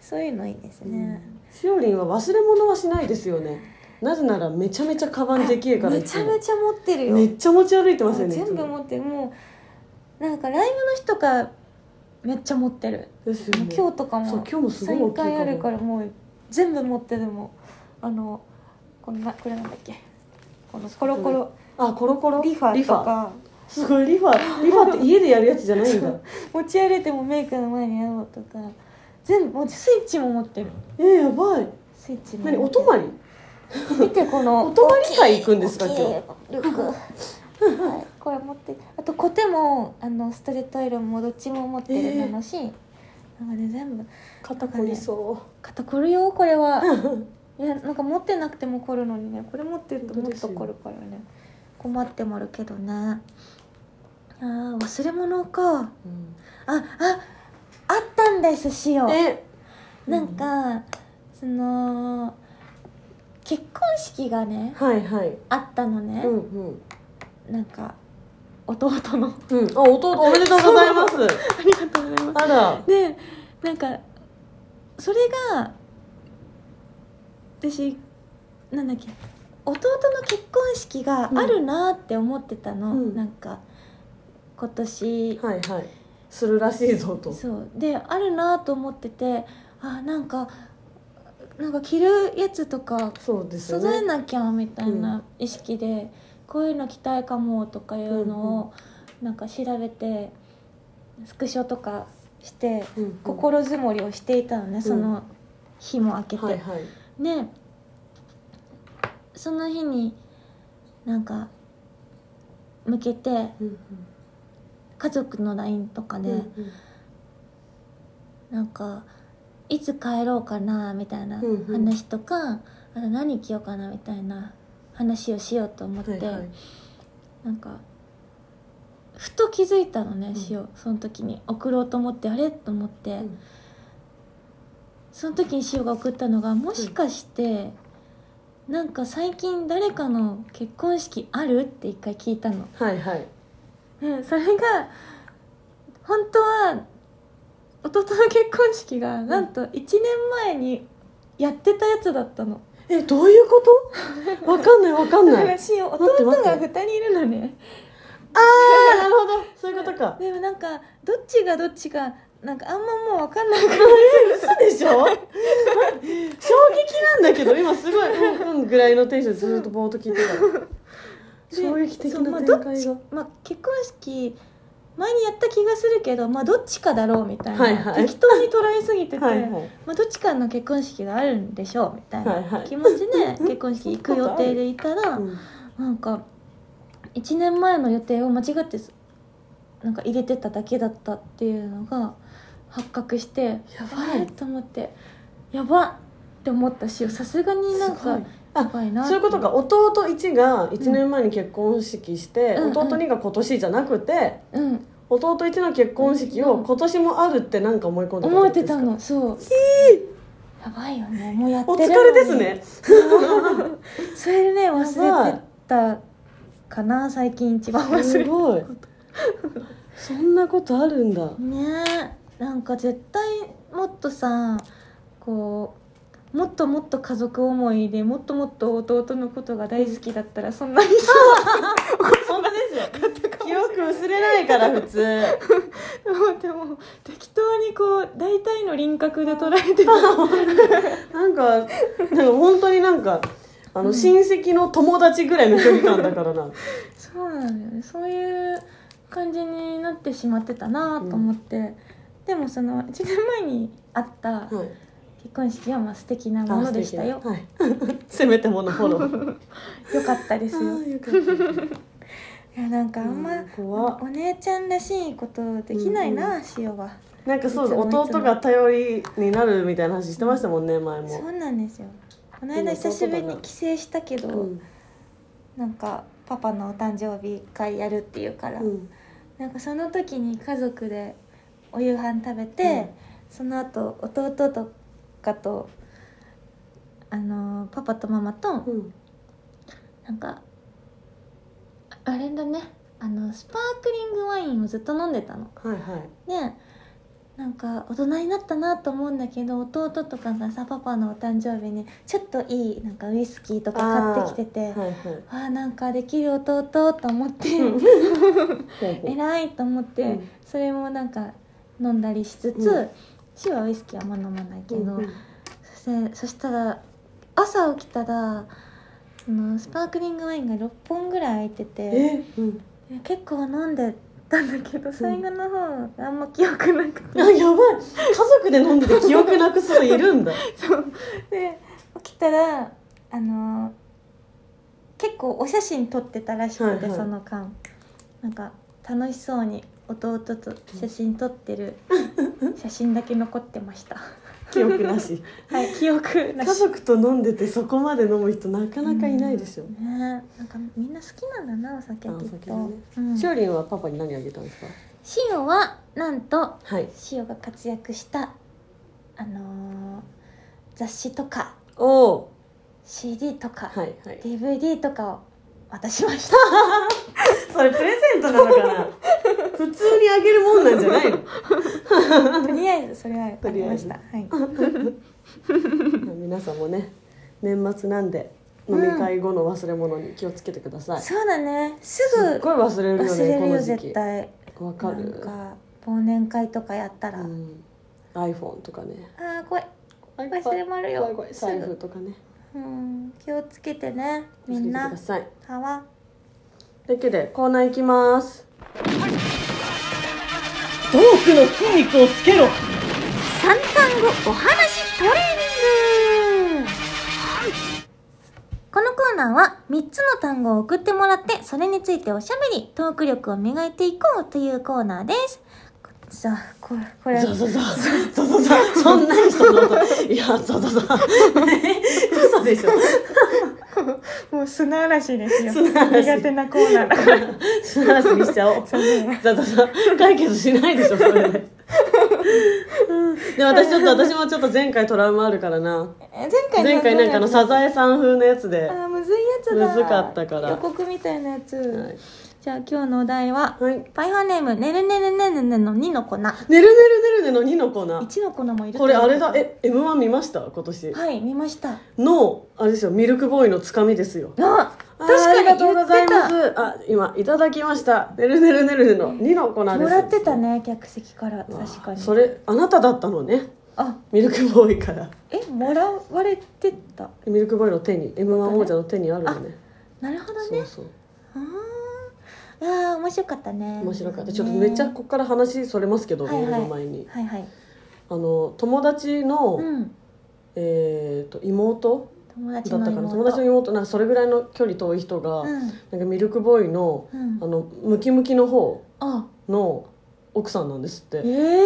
Speaker 1: そういうのいいですね、
Speaker 2: しおりんは忘れ物はしないですよねなぜならめちゃめちゃカバンできえから
Speaker 1: めちゃめちゃ持ってるよ
Speaker 2: めっちゃ持ち歩いてますよね
Speaker 1: 全部持ってるもうなんかライブの日とかめっちゃ持ってる、
Speaker 2: いつもですよね
Speaker 1: 今日とか
Speaker 2: そう
Speaker 1: も
Speaker 2: 今日もすごい大き
Speaker 1: 3
Speaker 2: いカバン
Speaker 1: 回あるからもう全部持ってでもあのこんなこれなんだっけこのコロコロ
Speaker 2: あコロコロ
Speaker 1: リファとか
Speaker 2: すごいリファリフ ァって家でやるやつじゃないんだ
Speaker 1: 持ち歩いてもメイクの前にやろうとか全部もうスイッチも持ってる
Speaker 2: えー、やばい
Speaker 1: スイッチも持って
Speaker 2: 何
Speaker 1: る
Speaker 2: お泊まり
Speaker 1: 見てこの
Speaker 2: お泊まり会行くんですか
Speaker 1: 大きい
Speaker 2: 今
Speaker 1: ルックはいこれ持ってあとコテもあのストレートアイロンもどっちも持ってる
Speaker 2: え
Speaker 1: な
Speaker 2: ー
Speaker 1: のし、なんかね全部
Speaker 2: 肩こりそ
Speaker 1: 肩こるよこれはいやなんか持ってなくても凝るのにねこれ持ってるともっと凝るからね困ってもるけどねあー忘れ物かあ
Speaker 2: う、
Speaker 1: ああったんですしお
Speaker 2: え
Speaker 1: なんかその結婚式がね
Speaker 2: はいはい
Speaker 1: あったのね、
Speaker 2: うんうん
Speaker 1: なんか弟の
Speaker 2: うんあ弟おめでとうございます
Speaker 1: ありがとうございま
Speaker 2: あら
Speaker 1: すでなんかそれが私なんだっけ弟の結婚式があるなって思ってたの、
Speaker 2: うん
Speaker 1: なんか今年、
Speaker 2: はいはいするらしいぞと
Speaker 1: そうであるなと思っててあなんかなんか着るやつとか
Speaker 2: そうですよ
Speaker 1: 揃え
Speaker 2: ね
Speaker 1: なきゃみたいな意識で、こういうの着たいかもとかいうのをなんか調べてスクショとかして
Speaker 2: うんうん
Speaker 1: 心づもりをしていたのね、その日も明けて、
Speaker 2: はいはい
Speaker 1: ねその日になんか向けて
Speaker 2: うんうん
Speaker 1: 家族の LINE とかで、なんかいつ帰ろうかなみたいな
Speaker 2: うんうん
Speaker 1: 話とか、あと何着ようかなみたいな話をしようと思って、
Speaker 2: はいはい
Speaker 1: なんかふと気づいたのね、
Speaker 2: ん
Speaker 1: しおその時に送ろうと思ってあれと思って、
Speaker 2: ん
Speaker 1: その時にしおが送ったのがもしかして、なんか最近誰かの結婚式あるって一回聞いたの。
Speaker 2: はいはい
Speaker 1: ねそれが本当は弟の結婚式がなんと1年前にやってたやつだったの、
Speaker 2: えどういうことわかんないわかん
Speaker 1: だ
Speaker 2: な
Speaker 1: か
Speaker 2: い
Speaker 1: らし弟
Speaker 2: 待って待って
Speaker 1: が2人いるのね
Speaker 2: ああなるほどそういうことか
Speaker 1: でもなんかどっちがどっちがなんかあんまもう分かんないから
Speaker 2: 嘘でしょ衝撃なんだけど今すごいうんうんぐらいのテンションでずっとぼーっと聞いてた衝撃的
Speaker 1: そうま
Speaker 2: な
Speaker 1: あ
Speaker 2: 展
Speaker 1: どっ
Speaker 2: 開
Speaker 1: ち
Speaker 2: が
Speaker 1: まあ、結婚式前にやった気がするけどまあどっちかだろうみたいな、
Speaker 2: はいはい
Speaker 1: 適当に捉えすぎてて
Speaker 2: はいはい
Speaker 1: まあ、どっちかの結婚式があるんでしょうみたい
Speaker 2: はいは
Speaker 1: ない気持ちで結婚式行く予定でいたら、
Speaker 2: うん
Speaker 1: なんか1年前の予定を間違ってすなんか入れてただけだったっていうのが発覚してや
Speaker 2: ばい
Speaker 1: ばいと思ってやばって思ったしさすがになん
Speaker 2: すご
Speaker 1: か
Speaker 2: い
Speaker 1: やばいな
Speaker 2: そういうことか弟1が1年前に結婚式して、
Speaker 1: うん
Speaker 2: 弟2が今年じゃなくて、
Speaker 1: うん
Speaker 2: 弟1の結婚式を今年もあるってなんか思い込んでた
Speaker 1: 思
Speaker 2: こ
Speaker 1: っ
Speaker 2: とで
Speaker 1: て
Speaker 2: すか
Speaker 1: たのそうやばいよねもうやって
Speaker 2: お
Speaker 1: る
Speaker 2: 疲
Speaker 1: の
Speaker 2: れ
Speaker 1: に
Speaker 2: ですね
Speaker 1: それでね
Speaker 2: やば
Speaker 1: 忘れ
Speaker 2: い
Speaker 1: てたかな最近一番忘れて
Speaker 2: すごいそんなことあるんだ
Speaker 1: ねえなんか絶対もっとさこうもっともっと家族思いでもっともっと弟のことが大好きだったらそんなにさ
Speaker 2: 本当ですよ記憶薄れないから普通
Speaker 1: もうでも適当にこう大体の輪郭で捉えてる
Speaker 2: なんかなんか本当になんかあの親戚の友達ぐらいの距離感だからな
Speaker 1: そうなんだよねそういう感じになってしまってたなと思って、でもその1年前にあった
Speaker 2: はい
Speaker 1: 結婚式はまあ素敵なも
Speaker 2: あ
Speaker 1: の
Speaker 2: 素
Speaker 1: で
Speaker 2: 敵
Speaker 1: したよ、
Speaker 2: はい、 せめてものフォロー
Speaker 1: よかったですよ
Speaker 2: あーよかった
Speaker 1: いやなんかあんま、
Speaker 2: うん 怖っ
Speaker 1: お姉ちゃんらしいことできないな、塩は
Speaker 2: なんかそうだ
Speaker 1: いつもいつも
Speaker 2: 弟が頼りになるみたいな話してましたもんね前
Speaker 1: そ
Speaker 2: も、
Speaker 1: うなんですよこの間久しぶりに帰省したけど、
Speaker 2: うん
Speaker 1: なんかパパのお誕生日会やるっていうから、
Speaker 2: うん、
Speaker 1: なんかその時に家族でお夕飯食べて、
Speaker 2: うん
Speaker 1: その後弟とかとあのーパパとママと、
Speaker 2: うん、
Speaker 1: なんかああれだねあのスパークリングワインをずっと飲んでたの
Speaker 2: はいはい
Speaker 1: ねなんか大人になったなと思うんだけど弟とかがさパパのお誕生日にちょっといいなんかウイスキーとか買ってきてて
Speaker 2: はい
Speaker 1: あーなんかできる弟と思って
Speaker 2: はい
Speaker 1: 偉いと思って、
Speaker 2: うん
Speaker 1: それもなんか飲んだりしつつ、
Speaker 2: うん
Speaker 1: 死はウイスキーはあんま飲まないけど、
Speaker 2: うんうん
Speaker 1: そしてそしたら朝起きたらそのスパークリングワインが6本ぐらい空いてて
Speaker 2: え、うん、
Speaker 1: 結構飲んでたんだけど最後の方あんま記憶なく
Speaker 2: あ
Speaker 1: て、
Speaker 2: やばい家族で飲んでて記憶なくすのいる んだ
Speaker 1: そうで起きたらあの結構お写真撮ってたらしくて、
Speaker 2: はいはい
Speaker 1: その間なんか楽しそうに弟と写真撮ってる写真だけ残ってま した
Speaker 2: 記憶なし
Speaker 1: はい記憶な
Speaker 2: 家
Speaker 1: し
Speaker 2: 族と飲んでてそこまで飲む人なかなかいないでしょ
Speaker 1: うんねなんかみんな好きなんだなお酒き
Speaker 2: あお
Speaker 1: っ
Speaker 2: 酒
Speaker 1: と、
Speaker 2: はね
Speaker 1: うん
Speaker 2: しおりんはパパに何あげたんですか
Speaker 1: 塩はなんと
Speaker 2: はい
Speaker 1: 塩が活躍したあのー雑誌とか
Speaker 2: おお
Speaker 1: CD とか、
Speaker 2: はいはい
Speaker 1: DVD とかを渡しま した
Speaker 2: それプレゼントなのか な普通にあげるもんなんじゃないの
Speaker 1: とりあえずそれはありました。
Speaker 2: と
Speaker 1: はい。
Speaker 2: 皆さんもね年末なんで飲み会後の忘れ物に気をつけてください、すっ
Speaker 1: そうだね。すぐ
Speaker 2: ごい忘れるよね
Speaker 1: 忘れる
Speaker 2: こ
Speaker 1: よ
Speaker 2: の時期
Speaker 1: 絶対。
Speaker 2: わか
Speaker 1: なん
Speaker 2: る
Speaker 1: か忘年会とかやったら、
Speaker 2: う
Speaker 1: あ
Speaker 2: ん、iPhone とかね
Speaker 1: あー怖い。忘れ物あるよ
Speaker 2: 怖い怖い
Speaker 1: すぐ
Speaker 2: 財布とかね
Speaker 1: うん気をつけてねみん
Speaker 2: 気
Speaker 1: な
Speaker 2: をつけてくだ。さい
Speaker 1: はわ。
Speaker 2: というわけでコーナー行きますトークの筋肉をつけろ
Speaker 1: 三単語お話トレーニングこのコーナーは3つの単語を送ってもらってそれについておしゃべりトーク力を磨いていこうというコーナーですさあこれこれ
Speaker 2: ザザザザザザそんなにその音いやザザ ザ嘘でし ょ
Speaker 1: もう砂嵐ですよ
Speaker 2: 砂嵐
Speaker 1: 苦手なコーナーだから
Speaker 2: 素晴らしにしちゃおうザザザ解決しないでしょそれでで私ちょっと私もちょっと前回トラウマあるからな
Speaker 1: 前回
Speaker 2: 前回なんかあのサザエさん風のやつで
Speaker 1: あ
Speaker 2: は
Speaker 1: ーむずいやつだ
Speaker 2: むずかったから
Speaker 1: 予告みたいなやつ、
Speaker 2: い
Speaker 1: じゃあ今日のお題は、
Speaker 2: はい
Speaker 1: パイハーネームねるねるねるねの2の粉
Speaker 2: ねるねるねるねの2の粉
Speaker 1: 1の粉もいる
Speaker 2: これあれだ
Speaker 1: え
Speaker 2: え m 1見ました今年
Speaker 1: はい見ました
Speaker 2: のあれですよミルクボーイのつかみですよ
Speaker 1: あ
Speaker 2: あ
Speaker 1: 確かに
Speaker 2: ありがとうございま
Speaker 1: 言って
Speaker 2: すあ今いただきましたねるねるねるねの2の粉で
Speaker 1: た
Speaker 2: す
Speaker 1: もらってたね客席から確かに
Speaker 2: それあなただったのね
Speaker 1: あ
Speaker 2: ミルクボーイから
Speaker 1: えもらわれてた
Speaker 2: ミルクボーイの手に m 1王者の手にあるのね
Speaker 1: なるほど
Speaker 2: そ
Speaker 1: ね
Speaker 2: うそう
Speaker 1: あーあー面白かったね
Speaker 2: 面白かったちょっとめっちゃここから話それますけど、
Speaker 1: はいはい
Speaker 2: メールの前に
Speaker 1: はいはい
Speaker 2: あの友達の、
Speaker 1: うん
Speaker 2: えー、と妹
Speaker 1: 友達
Speaker 2: だ
Speaker 1: の
Speaker 2: ったかな友達の
Speaker 1: 妹
Speaker 2: 妹なんかそれぐらいの距離遠い人が、
Speaker 1: うん
Speaker 2: なんかミルクボーイの
Speaker 1: うん
Speaker 2: あのムキムキの方
Speaker 1: あ
Speaker 2: の奥さんなんですって
Speaker 1: ええ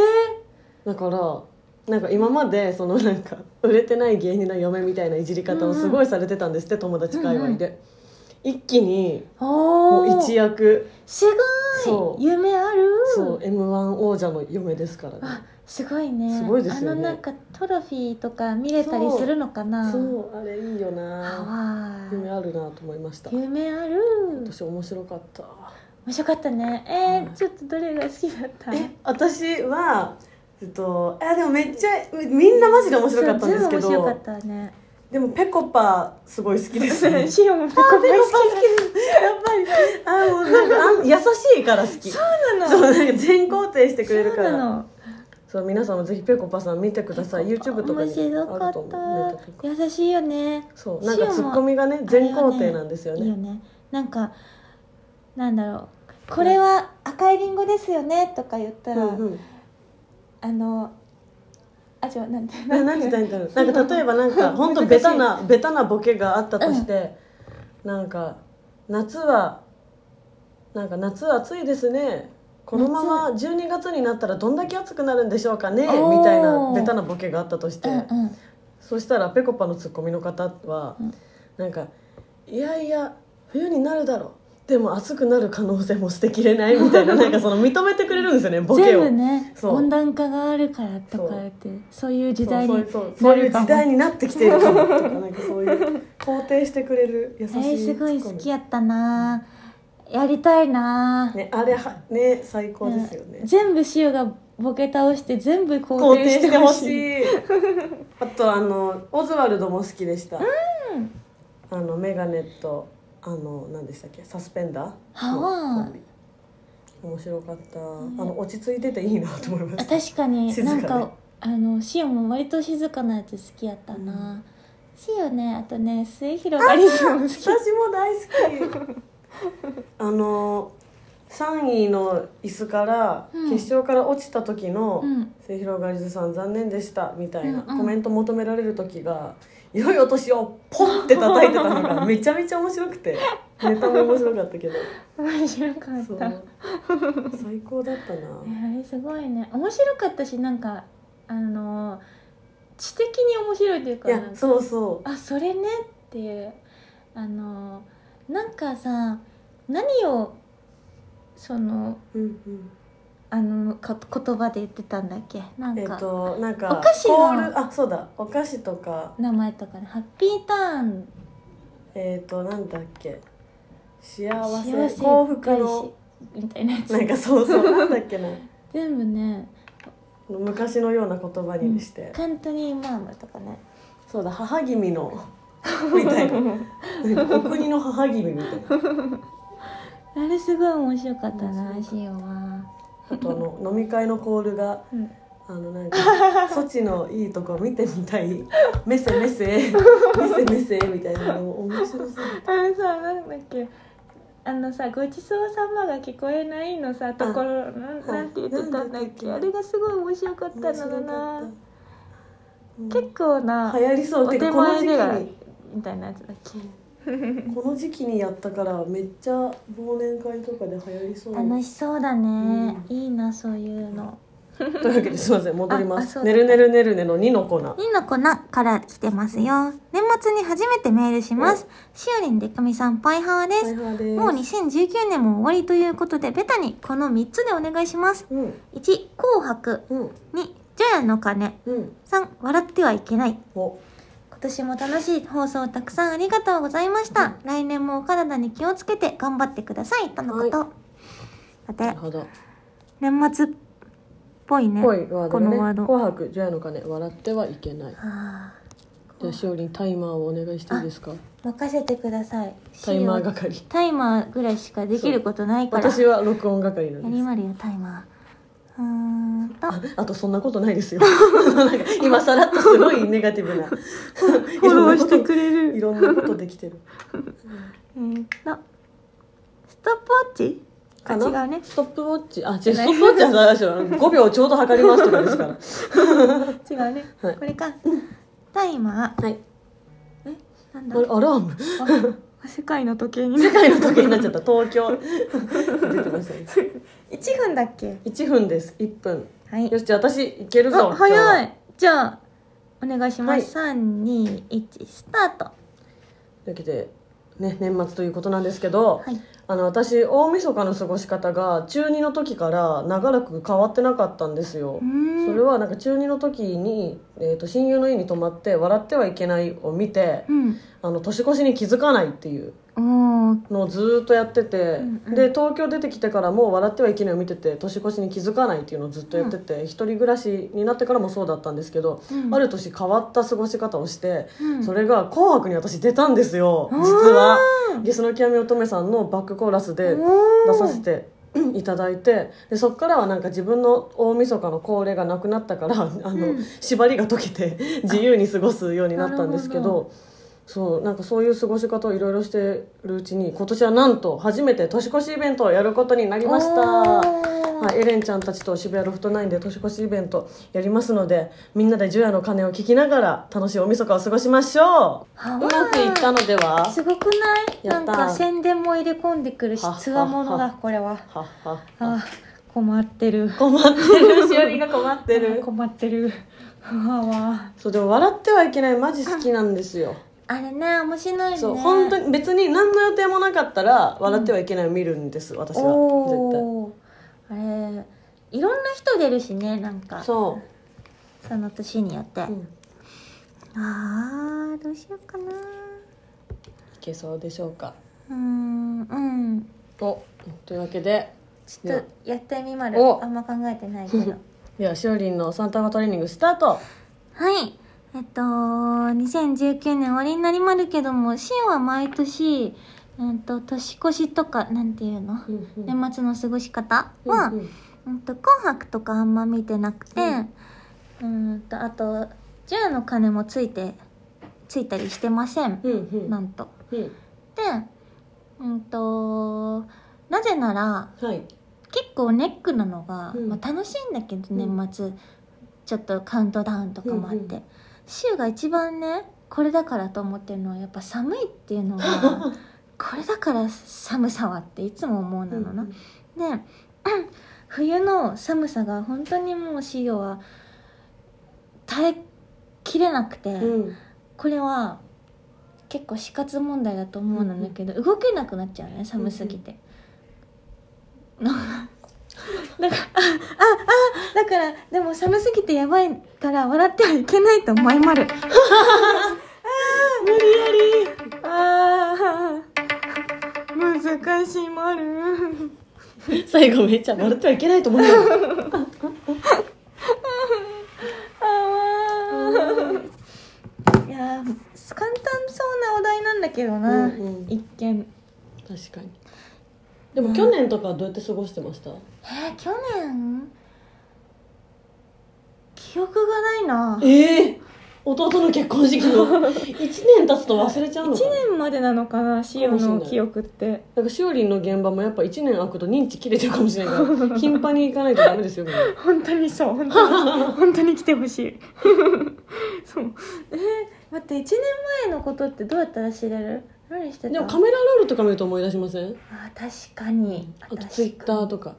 Speaker 2: だからなんか今までそのなんか売れてない芸人の嫁みたいないじり方をすごいされてたんですって、友達界隈で、一気に
Speaker 1: ー、
Speaker 2: も
Speaker 1: お
Speaker 2: う
Speaker 1: お
Speaker 2: 一躍
Speaker 1: すごい
Speaker 2: そう
Speaker 1: 夢ある
Speaker 2: そう m 1王者の嫁ですからね
Speaker 1: あすごいね
Speaker 2: すごいですよね
Speaker 1: あのなんかトロフィーとか見れたりするのかな
Speaker 2: そうあれいいよ
Speaker 1: あ
Speaker 2: な夢
Speaker 1: わ
Speaker 2: あるなと思いました
Speaker 1: ー夢ある
Speaker 2: 私面白かった
Speaker 1: 面白かったねえ
Speaker 2: は
Speaker 1: ー、
Speaker 2: い
Speaker 1: ちょっとどれが好きだった
Speaker 2: え私はえっとあでもめっちゃみんなマジで面白かったんですけ
Speaker 1: そう全部面白か
Speaker 2: ど
Speaker 1: ったね
Speaker 2: でもペコパすごい好きですね
Speaker 1: シオンもペコ
Speaker 2: あ
Speaker 1: パ好
Speaker 2: ペコパ
Speaker 1: き
Speaker 2: 好きですやっぱりあもうなんかあん優しいから好き
Speaker 1: な
Speaker 2: そ
Speaker 1: の
Speaker 2: うなんか全肯定してくれるか
Speaker 1: そう
Speaker 2: ら
Speaker 1: なの
Speaker 2: そう皆さんもぜひぺこぱさん見てください YouTube とかに
Speaker 1: 面白
Speaker 2: あ
Speaker 1: か
Speaker 2: ると思うね
Speaker 1: った優しいよね
Speaker 2: そうなんかツッコミがね全肯定なんですよ
Speaker 1: いいよ
Speaker 2: ね
Speaker 1: ねなんかなんだろうこれは赤いリンゴですよねとか言ったら、
Speaker 2: うんうん
Speaker 1: あのあじゃあなんて
Speaker 2: ななん て言ったらいいんだろうなんか例えばなんか本当ベタなベタなボケがあったとして、なんか夏はなんか夏暑いですねこのまま12月になったらどんだけ暑くなるんでしょうかね
Speaker 1: おー
Speaker 2: みたいなベタなボケがあったとして、
Speaker 1: うんうん
Speaker 2: そしたらぺこぱのツッコミの方は、
Speaker 1: うん
Speaker 2: なんか「いやいや冬になるだろうでも暑くなる可能性も捨てきれない」みた いななんかその認めてくれるんですよねボケ
Speaker 1: 全
Speaker 2: を
Speaker 1: 部。ね
Speaker 2: そう
Speaker 1: 温暖化があるからとか言ってそういう時代に
Speaker 2: そうそうそうそういう時代
Speaker 1: に
Speaker 2: になってきてる かもとかなんかそういう肯定してくれる優しい
Speaker 1: えー、すごい好き
Speaker 2: や
Speaker 1: やったなやりたいな、
Speaker 2: ねあれはね最高ですよね、
Speaker 1: 全部塩がボケ倒して全部肯
Speaker 2: 肯
Speaker 1: 定
Speaker 2: 定
Speaker 1: し
Speaker 2: してて
Speaker 1: ほ
Speaker 2: ほ
Speaker 1: し
Speaker 2: し
Speaker 1: い
Speaker 2: いあとあのオズワルドも好きでした、あのメガネとあの何でしたっけサスペンダーの
Speaker 1: はあ
Speaker 2: コンビ面白かった、あの落ち着いてていいなと思いま
Speaker 1: あ
Speaker 2: し
Speaker 1: 確
Speaker 2: た
Speaker 1: かに
Speaker 2: 静
Speaker 1: な
Speaker 2: か
Speaker 1: ん
Speaker 2: ね
Speaker 1: かあのシオも割と静かなやつ好きやったな、シオねあとね末広がりさんも好き
Speaker 2: 私も大好きあの3位の椅子から、
Speaker 1: うん
Speaker 2: 決勝から落ちた時の
Speaker 1: うん
Speaker 2: 「末広がりずさん残念でした」みたいな、
Speaker 1: うんうん
Speaker 2: コメント求められる時が「良いお年をポンって叩いてたの がめちゃめちゃ面白くてネタも面白かったけど
Speaker 1: 面白か
Speaker 2: そ
Speaker 1: っ
Speaker 2: う
Speaker 1: たね
Speaker 2: 最高だったな
Speaker 1: あれすごいね面白かったしなんかあの知的に面白いという
Speaker 2: い
Speaker 1: かなん
Speaker 2: や
Speaker 1: か
Speaker 2: そうそ
Speaker 1: あそれねっていうあのなんかさ何をその
Speaker 2: う、うんうん、
Speaker 1: あのか言葉で言ってたんだっけなん
Speaker 2: えっ、
Speaker 1: か、
Speaker 2: となんか
Speaker 1: お菓子の
Speaker 2: コールあそうだお菓子とか
Speaker 1: 名前とかねハッピーターン
Speaker 2: えっ、となんだっけ幸せ
Speaker 1: 幸せ
Speaker 2: 幸福の
Speaker 1: みたいなやつ
Speaker 2: なんかそうそうなんだっけな
Speaker 1: 全部ね
Speaker 2: 昔のような言葉にして、
Speaker 1: カントリーマームとかね
Speaker 2: そうだ母君のみたいななんかお国の母君みたいな
Speaker 1: あれすごい面白かったな
Speaker 2: 面白かった
Speaker 1: シオは、
Speaker 2: あとあの飲み会のコールが
Speaker 1: うん、
Speaker 2: あのなんかソチのいいとこ見てみたいメセメセメセメセみたいなのも面白そう
Speaker 1: あのさなんだっけあのさ「ごちそうさまが聞こえない」のさところなん
Speaker 2: はい
Speaker 1: なんて言ってたんだっけ
Speaker 2: な
Speaker 1: あ
Speaker 2: んだ
Speaker 1: れ
Speaker 2: っけ
Speaker 1: がすごい面白かった
Speaker 2: 面白
Speaker 1: の
Speaker 2: か
Speaker 1: な
Speaker 2: った
Speaker 1: 結構な
Speaker 2: 流行りそう
Speaker 1: お
Speaker 2: て
Speaker 1: 手
Speaker 2: かこの
Speaker 1: 前
Speaker 2: 時期
Speaker 1: では
Speaker 2: に
Speaker 1: みたいなやつだっけ
Speaker 2: この時期にやったからめっちゃ忘年会とかで流行りそう
Speaker 1: 楽しそうだね、いいなそういうの
Speaker 2: というわけですいません戻りま
Speaker 1: ああそ
Speaker 2: す「
Speaker 1: うだ
Speaker 2: ねるねるねるね」の2のコーナー
Speaker 1: 2の粉から来てますよ年末に初めてメールしますしおりんでかみさんパイハワです、
Speaker 2: はいはいです
Speaker 1: もう2019年も終わりということでベタにこの3つでお願いします
Speaker 2: うん
Speaker 1: 1「紅白
Speaker 2: うん」
Speaker 1: 2「除夜の鐘
Speaker 2: うん」
Speaker 1: 3「笑ってはいけない」
Speaker 2: お
Speaker 1: 今年も楽しい放送たくさんありがとうございました、来年もお体に気をつけて頑張ってくださいとのこと、さ
Speaker 2: な
Speaker 1: て
Speaker 2: るほど
Speaker 1: 年末っぽいね
Speaker 2: 濃いワード
Speaker 1: こ
Speaker 2: だ
Speaker 1: の
Speaker 2: ね
Speaker 1: ワー
Speaker 2: 「
Speaker 1: ド
Speaker 2: 紅白除夜の鐘笑ってはいけない」
Speaker 1: あ
Speaker 2: じゃあしおりんタイマーをお願いしていいですか
Speaker 1: ー任せてください
Speaker 2: タイマー係
Speaker 1: タイマーぐらいしかできることないから
Speaker 2: 私は録音係な
Speaker 1: や
Speaker 2: ん
Speaker 1: り
Speaker 2: です
Speaker 1: まるよタイマーうーんと
Speaker 2: ああとそんなことないですよなんか今さらっとすごいネガティブなフ
Speaker 1: ォローしてくれる
Speaker 2: いろんなことできてる
Speaker 1: えーっとストップウォッチあ
Speaker 2: か
Speaker 1: 違
Speaker 2: な
Speaker 1: うね
Speaker 2: ストップウォッチあ違うストップウォッチは最初5秒ち ょうど測りますとかですから
Speaker 1: 違うね、
Speaker 2: はい
Speaker 1: これかタイマ
Speaker 2: はい
Speaker 1: ーえなん
Speaker 2: あ
Speaker 1: だ
Speaker 2: れアラー ム
Speaker 1: あ世界の時計 にね
Speaker 2: 世界の時計になっちゃった東京 出てましたね
Speaker 1: 1分だっけ
Speaker 2: 1分です1分
Speaker 1: はい
Speaker 2: よしじゃあ私いけるぞ
Speaker 1: あ早
Speaker 2: 今日はい
Speaker 1: じゃあお願いします、321スタート
Speaker 2: というわけでね年末ということなんですけど、
Speaker 1: はい
Speaker 2: あの私大晦日の過ごし方が中2の時から長らく変わってなかったんですよ
Speaker 1: うーん
Speaker 2: それはなんか中2の時に、えー、と親友の家に泊まって「笑ってはいけない」を見て
Speaker 1: うん
Speaker 2: あの年越しに気づかないっていう
Speaker 1: おー
Speaker 2: のをずーっとやってて、
Speaker 1: んうん
Speaker 2: で東京出てきてからも「笑ってはいけない」を見てて年越しに気づかないっていうのをずっとやってて、一人暮らしになってからもそうだったんですけど、
Speaker 1: うん
Speaker 2: ある年変わった過ごし方をして、
Speaker 1: うん
Speaker 2: それが「紅白」に私出たんですよ実はゲスの極み乙女さんのバックコーラスで出させていただいてでそっからはなんか自分の大晦日の恒例がなくなったからあの、
Speaker 1: うん
Speaker 2: 縛りが解けて自由に過ごすようになったんですけど
Speaker 1: なるほ
Speaker 2: そうなんかそういう過ごし方をいろいろしてるうちに今年はなんと初めて年越しイベントをやることになりました。
Speaker 1: おー
Speaker 2: はい、エレンちゃんたちと渋谷ロフト9で年越しイベントやりますのでみんなで除夜の鐘を聞きながら楽しいお晦日を過ごしましょう
Speaker 1: はい
Speaker 2: うまくいったのでは
Speaker 1: すごくないな
Speaker 2: や
Speaker 1: ん
Speaker 2: った
Speaker 1: か宣伝も入れ込んでくるし
Speaker 2: はっはっは
Speaker 1: つわものだこれは
Speaker 2: はっはっは
Speaker 1: あー困ってる
Speaker 2: 困ってるしおりが困ってる
Speaker 1: 困ってるあーわ
Speaker 2: そうでも笑ってはいけないマジ好きなんですよ、
Speaker 1: ーあれね面白いね
Speaker 2: そう本当
Speaker 1: に
Speaker 2: に別に何の予定もなかったら笑ってはいけないを見るんです、私は
Speaker 1: おーあれいろんな人出るしねなんか
Speaker 2: 絶対そ
Speaker 1: その年によって、
Speaker 2: う、うん、い
Speaker 1: あーどうしようかな
Speaker 2: けそうでしょうか
Speaker 1: うーんうん
Speaker 2: おというわけで
Speaker 1: ちょっとやってみまる
Speaker 2: お
Speaker 1: あんま考えてないけど
Speaker 2: ではしおりんのサンタマトレーニングスタート
Speaker 1: はい。えっと、2019年終わりになりまるけども、シオは毎年、うんと、年越しとか、なんていうの、年末の過ごし方は、
Speaker 2: うんうん
Speaker 1: うんと、紅白とかあんま見てなくて、うん、と、あと、銃の鐘もついて、ついたりしてません。
Speaker 2: うんうん
Speaker 1: なんと。
Speaker 2: うん
Speaker 1: で、うんと、なぜなら、
Speaker 2: はい
Speaker 1: 結構ネックなのが、
Speaker 2: うん
Speaker 1: まあ、楽しいんだけど年末、ちょっとカウントダウンとかもあって、
Speaker 2: うんうん
Speaker 1: 週が一番ねこれだからと思ってるのはやっぱ寒いっていうの がこれだから寒さはっていつも思うなのな。
Speaker 2: うん
Speaker 1: で 冬の寒さが本当にもうシオは耐えきれなくて、
Speaker 2: うん
Speaker 1: これは結構死活問題だと思うなんだけど、動けなくなっちゃうね寒すぎて、 のだからあああだからでも寒すぎてやばいから笑ってはいけないと思いまるあー無理やりあー難しいまる
Speaker 2: 最後めっちゃ笑ってはいけないと思 うよ
Speaker 1: あーいやー簡単そうなお題なんだけどな、
Speaker 2: うんうん
Speaker 1: 一見
Speaker 2: 確かにでも去年とかはどうやって過ごしてました
Speaker 1: えー、去年記憶がないな
Speaker 2: ええ弟の結婚式の1年経つと忘れちゃ
Speaker 1: 1
Speaker 2: うのかな
Speaker 1: 年までなのかなシオの記憶って
Speaker 2: なんかしおりんの現場もやっぱ1年空くと認知切れちゃうかもしれないから 頻繁に行かないとダメですよこれ
Speaker 1: 本当にそう本当 に本当に来てほし いそうえー、待って1年前のことってどうやったら知れる何してた
Speaker 2: でもカメラロールとか見ると思い出しません
Speaker 1: あ確かに
Speaker 2: あとツイッターとか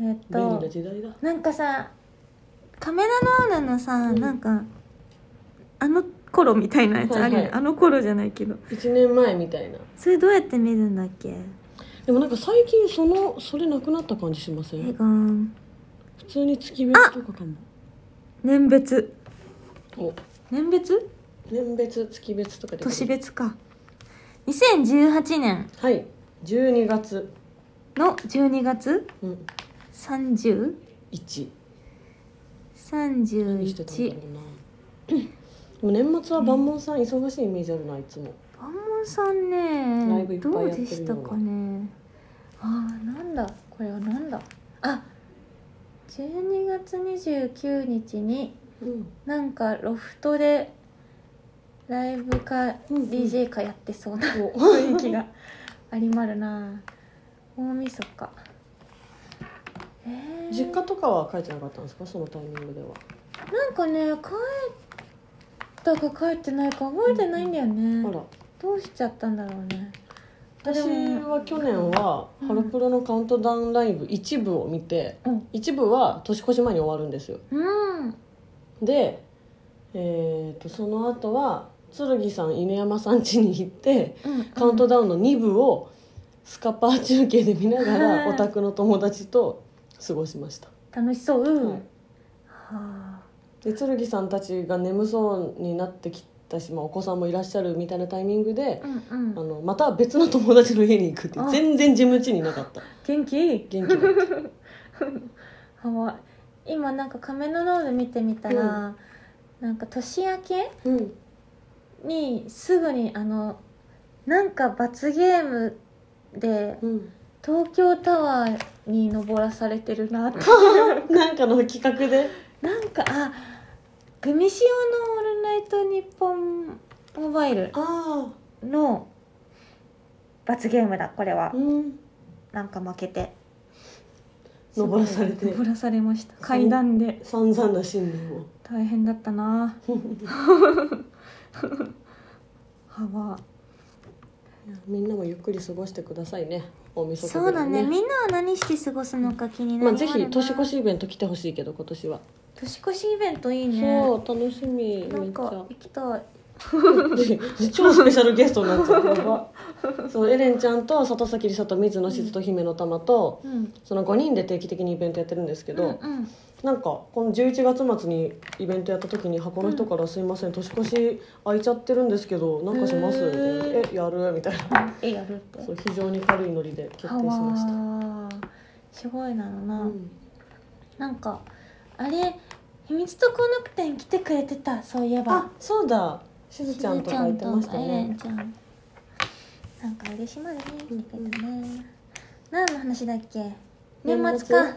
Speaker 1: えーっ
Speaker 2: 便利
Speaker 1: と
Speaker 2: な時代だ
Speaker 1: なんかさカメラロールのさ、なんかあの頃みたいなやつあるよね、
Speaker 2: はいはい
Speaker 1: あの頃じゃないけど
Speaker 2: 1年前みたいな
Speaker 1: それどうやって見るんだっけ
Speaker 2: でもなんか最近そのそれなくなった感じしませ
Speaker 1: え
Speaker 2: ん
Speaker 1: がん
Speaker 2: 普通に月別とかかも
Speaker 1: 年別
Speaker 2: お
Speaker 1: 年別
Speaker 2: 年別月別とかで
Speaker 1: 年別か2018年
Speaker 2: はい12月、
Speaker 1: の12月
Speaker 2: うん、
Speaker 1: 3031
Speaker 2: 1何してたのかなでも年末は万門さん忙しいイメージあるないつも
Speaker 1: バンモンさん
Speaker 2: ライブい
Speaker 1: ね
Speaker 2: っぱ
Speaker 1: ど
Speaker 2: いやっ
Speaker 1: う
Speaker 2: てる
Speaker 1: で
Speaker 2: よ
Speaker 1: したかねあーなんだこれはなんだあ12月29日に
Speaker 2: うん
Speaker 1: なんかロフトでライブか
Speaker 2: うんうん
Speaker 1: DJ かやってそうな
Speaker 2: お
Speaker 1: 雰囲気がありまるな大晦日えー
Speaker 2: 実家とかは書いてなかったんですかそのタイミングでは
Speaker 1: なんかね帰ったか帰ってないか覚えてないんだよね、
Speaker 2: あら
Speaker 1: どうしちゃったんだろうねあ
Speaker 2: 私
Speaker 1: でも
Speaker 2: は去年は
Speaker 1: うん
Speaker 2: ハロプロのカウントダウンライブ一部を見て、
Speaker 1: うん
Speaker 2: 一部は年越し前に終わるんですよ
Speaker 1: うん
Speaker 2: で、えー、とその後は剣さん犬山さん家に行ってカウント
Speaker 1: ダ
Speaker 2: ダウンの2部をスカパー中継で見なが
Speaker 1: は
Speaker 2: ら
Speaker 1: い
Speaker 2: お宅の友達と過ごしました、
Speaker 1: 楽しそう、うん
Speaker 2: はい
Speaker 1: は
Speaker 2: で剣さんたちが眠そうになってきたし、まあ、お子さんもいらっしゃるみたいなタイミングで
Speaker 1: あ、うん
Speaker 2: あ
Speaker 1: うん
Speaker 2: のまた別の友達の家に行くっていう
Speaker 1: あ
Speaker 2: 全然自分家にいなかった
Speaker 1: 元気
Speaker 2: 元気だった
Speaker 1: はわ今なんか仮面のロール見てみたら、なんか年明け
Speaker 2: うん
Speaker 1: にすぐにあのなんか罰ゲームで
Speaker 2: うん
Speaker 1: 東京タワーに登らされてる なって
Speaker 2: なんかの企画で
Speaker 1: なんかあグミシオの「オールナイトニッポンモバイル
Speaker 2: あ」
Speaker 1: の罰ゲームだこれは
Speaker 2: あうん
Speaker 1: なんか負けて
Speaker 2: 登らされて
Speaker 1: 登らされました階段で
Speaker 2: 散々な新年を
Speaker 1: 大変だった な幅
Speaker 2: いやみんなもゆっくり過ごしてくださいね大晦日
Speaker 1: そうだね
Speaker 2: ぐらい
Speaker 1: みんなは何して過ごすのか気にな
Speaker 2: ま
Speaker 1: る
Speaker 2: あぜひ年越しイベント来てほしいけど今年は、
Speaker 1: 年越しイベントいいね
Speaker 2: そう楽しみ
Speaker 1: な
Speaker 2: めっ
Speaker 1: ん
Speaker 2: ち
Speaker 1: か行きたい
Speaker 2: ゃ超スペシャルゲストになっちゃうやばそうエレンちゃんと里崎梨沙と水野静と姫の玉と、
Speaker 1: うん
Speaker 2: その5人で定期的にイベントやってるんですけど、
Speaker 1: うんうん
Speaker 2: なんかこの11月末にイベントやった時に箱の人から「すいません年越し空いちゃってるんですけどなんかします?」みたいな
Speaker 1: へ
Speaker 2: 「えやる?」みたいな
Speaker 1: えやるって
Speaker 2: そう非常に軽いノリで決定しました、
Speaker 1: はわーすごいなのな、
Speaker 2: うん
Speaker 1: なんかあれ秘密とこのく店来てくれてたそういえば
Speaker 2: あそうだしず
Speaker 1: しず
Speaker 2: ちゃんとか言ってました
Speaker 1: ちゃんとエレン
Speaker 2: ね
Speaker 1: ちゃんなんか嬉しまでね来てくれたね何の話だっけ年
Speaker 2: 年
Speaker 1: 末
Speaker 2: 末
Speaker 1: か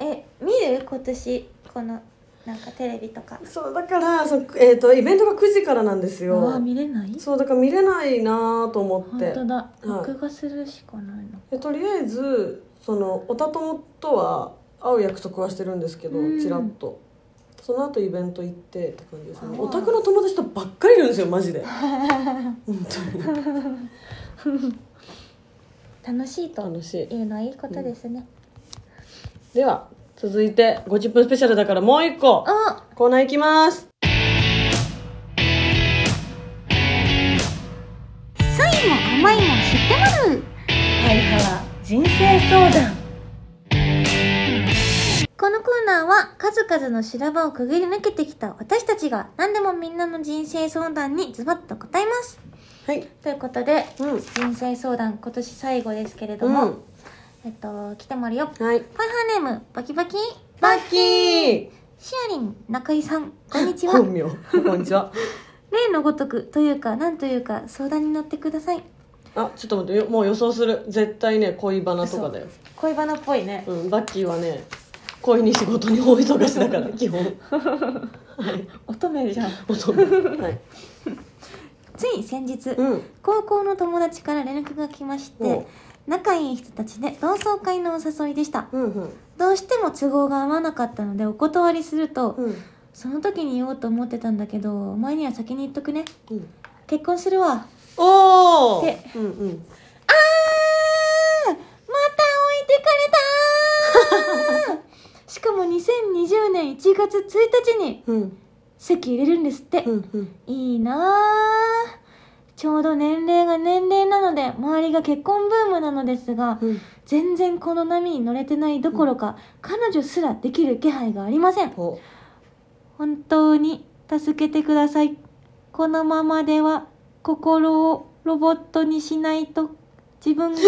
Speaker 1: え見る今年このなんかテレビとか
Speaker 2: そうだからその、えー、とイベントが9時からなんです
Speaker 1: うわ
Speaker 2: よ
Speaker 1: 見れない
Speaker 2: そうだから見れないなと思っ
Speaker 1: 本
Speaker 2: て
Speaker 1: 当だ
Speaker 2: はい
Speaker 1: 録画するしかないの
Speaker 2: でとりあえずそのおたともとは会う約束はしてるんですけど
Speaker 1: うん
Speaker 2: ちらっとその後イベント行ってって感じですね
Speaker 1: あー
Speaker 2: お宅の友達とばっかりいるんですよマジで本当に
Speaker 1: 楽しいと
Speaker 2: 楽しい
Speaker 1: いうのはいいことですね
Speaker 2: では続いて50分スペシャルだからもう一個
Speaker 1: あ
Speaker 2: コーナー行きます
Speaker 1: 酸いも甘いも知ってまるはいは人生相談このコーナーは数々の修羅場をくぐり抜けてきた私たちが何でもみんなの人生相談にズバッと答えます
Speaker 2: はい
Speaker 1: ということで
Speaker 2: うん
Speaker 1: 人生相談今年最後ですけれど
Speaker 2: う
Speaker 1: も、
Speaker 2: ん
Speaker 1: えっと来てもらうよ
Speaker 2: はい
Speaker 1: パイハーネームバキバキ
Speaker 2: バッキー
Speaker 1: シアリン中井さんこんにちは
Speaker 2: 本名こんにちは
Speaker 1: 例のごとくというかなんというか相談に乗ってください
Speaker 2: あちょっと待ってよもう予想する絶対ね恋バナとかだよ
Speaker 1: 恋バナっぽいね
Speaker 2: うんバッキーはね恋に仕事に大忙しだから基本はい
Speaker 1: 乙女じゃん
Speaker 2: 乙女はい
Speaker 1: つい先日、
Speaker 2: うん
Speaker 1: 高校の友達から連絡が来まして
Speaker 2: お
Speaker 1: 仲いい人たちで同窓会のお誘いでした
Speaker 2: うんうん
Speaker 1: どうしても都合が合わなかったのでお断りすると、
Speaker 2: うん
Speaker 1: その時に言おうと思ってたんだけどお前には先に言っとくね
Speaker 2: うん
Speaker 1: 結婚するわ
Speaker 2: おお
Speaker 1: で
Speaker 2: うんうん
Speaker 1: あーまた置いてかれ たーしかも2020年1月1日に
Speaker 2: うん
Speaker 1: 籍入れるんですって、
Speaker 2: うんうん
Speaker 1: いいなあちょうど年齢が年齢なので周りが結婚ブームなのですが
Speaker 2: うん
Speaker 1: 全然この波に乗れてないどころか、彼女すらできる気配がありません
Speaker 2: お
Speaker 1: 本当に助けてくださいこのままでは心をロボットにしないと自分が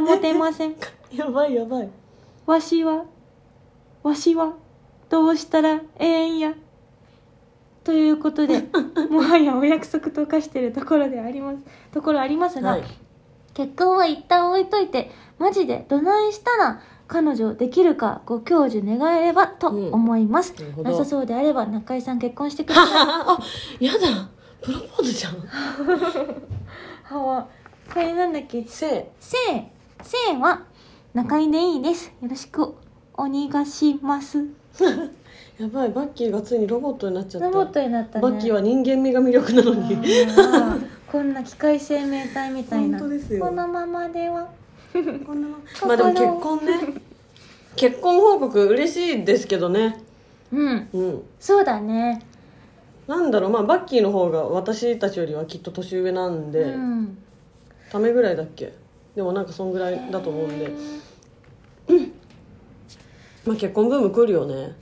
Speaker 1: 保てま せん
Speaker 2: やばいやばい
Speaker 1: わしはわしはどうしたらええんやということ でもはやお約束と化してるところでありますところありますが、
Speaker 2: はい
Speaker 1: 結婚は一旦置いといてマジでどないしたら彼女できるかご教授願えればと思います、
Speaker 2: うんなるほど
Speaker 1: なさそうであれば中井さん結婚してく ださい
Speaker 2: あやだプロポーズじゃん
Speaker 1: はわこれなんだっけ
Speaker 2: せ
Speaker 1: せいせいは中井でいいですよろしくお願いします
Speaker 2: やばいバッキーがついにロボットになっちゃった
Speaker 1: ロボットになったね
Speaker 2: バッキーは人間味が魅力なのに
Speaker 1: あーこんな機械生命体みたいな
Speaker 2: 本当ですよ
Speaker 1: このままでは
Speaker 2: まあでも結婚ね結婚報告嬉しいですけどね
Speaker 1: うん
Speaker 2: うん
Speaker 1: そうだね
Speaker 2: なんだろうまあバッキーの方が私たちよりはきっと年上なんで、
Speaker 1: うん
Speaker 2: ためぐらいだっけでもなんかそんぐらいだと思うんで、まあ結婚ブーム来るよね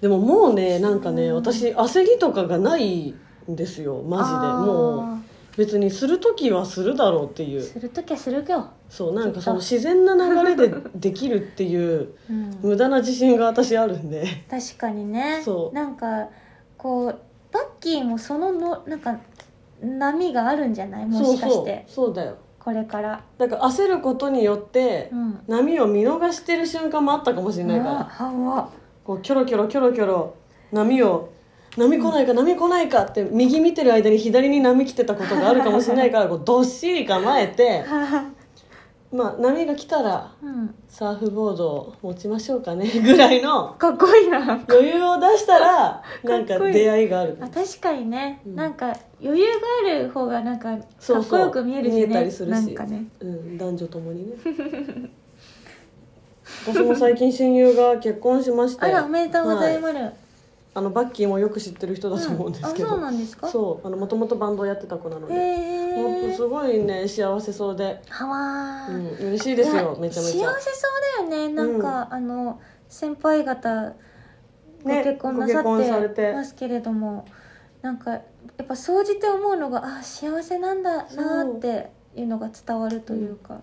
Speaker 2: でももうねなんかね私焦りとかがないんですよマジで
Speaker 1: あー
Speaker 2: もう別にする時はするだろうっていう
Speaker 1: するときはするよ、
Speaker 2: そうなんかその自然な流れで できるっていう
Speaker 1: うん、
Speaker 2: 無駄な自信が私あるんで
Speaker 1: 確かにね
Speaker 2: そう
Speaker 1: なんかこうバッキーもそののなんか波があるんじゃないもしかして
Speaker 2: そうそうそうだよ
Speaker 1: これから、
Speaker 2: なんか焦ることによって、
Speaker 1: うん、
Speaker 2: 波を見逃してる瞬間もあったかもしれないから、
Speaker 1: あは わ
Speaker 2: こうキョロキョロキョロキョロ波を波来ないか波来ないかって右見てる間に左に波来てたことがあるかもしれないか らこうどっしり構えてまあ波が来たら
Speaker 1: うん
Speaker 2: サーフボードを持ちましょうかね ぐらいの
Speaker 1: かっこいいなあ
Speaker 2: 余裕を出したらなんか
Speaker 1: かっこいい
Speaker 2: 出会いがある
Speaker 1: 確かにね、
Speaker 2: うん
Speaker 1: なんか余裕がある方がなんかか
Speaker 2: そう
Speaker 1: っ
Speaker 2: そ
Speaker 1: こ
Speaker 2: う
Speaker 1: よく見えるしね
Speaker 2: 見えたりするし
Speaker 1: なんかね
Speaker 2: うん、男女ともにね私も最近親友が結婚しまして
Speaker 1: あらおめでとうござい
Speaker 2: は
Speaker 1: ます、
Speaker 2: あのバッキーもよく知ってる人だと思うんですけど、
Speaker 1: うんあそうなんですか
Speaker 2: そうあのもともとバンドをやってた子なの
Speaker 1: へ
Speaker 2: で、本
Speaker 1: え
Speaker 2: 当すごいね幸せそうで、
Speaker 1: はわ
Speaker 2: う
Speaker 1: ー
Speaker 2: ん、嬉しいですよ
Speaker 1: いや
Speaker 2: めちゃめ
Speaker 1: 幸せ
Speaker 2: ちゃ
Speaker 1: そうだよねなんか、あの先輩方ご
Speaker 2: ね
Speaker 1: 結婚なさ
Speaker 2: ご結婚さ
Speaker 1: っ
Speaker 2: れ
Speaker 1: て
Speaker 2: て
Speaker 1: ますけれども、なんかやっぱ総じて思うのがあ幸せなんだな
Speaker 2: そう
Speaker 1: っていうのが伝わるというか、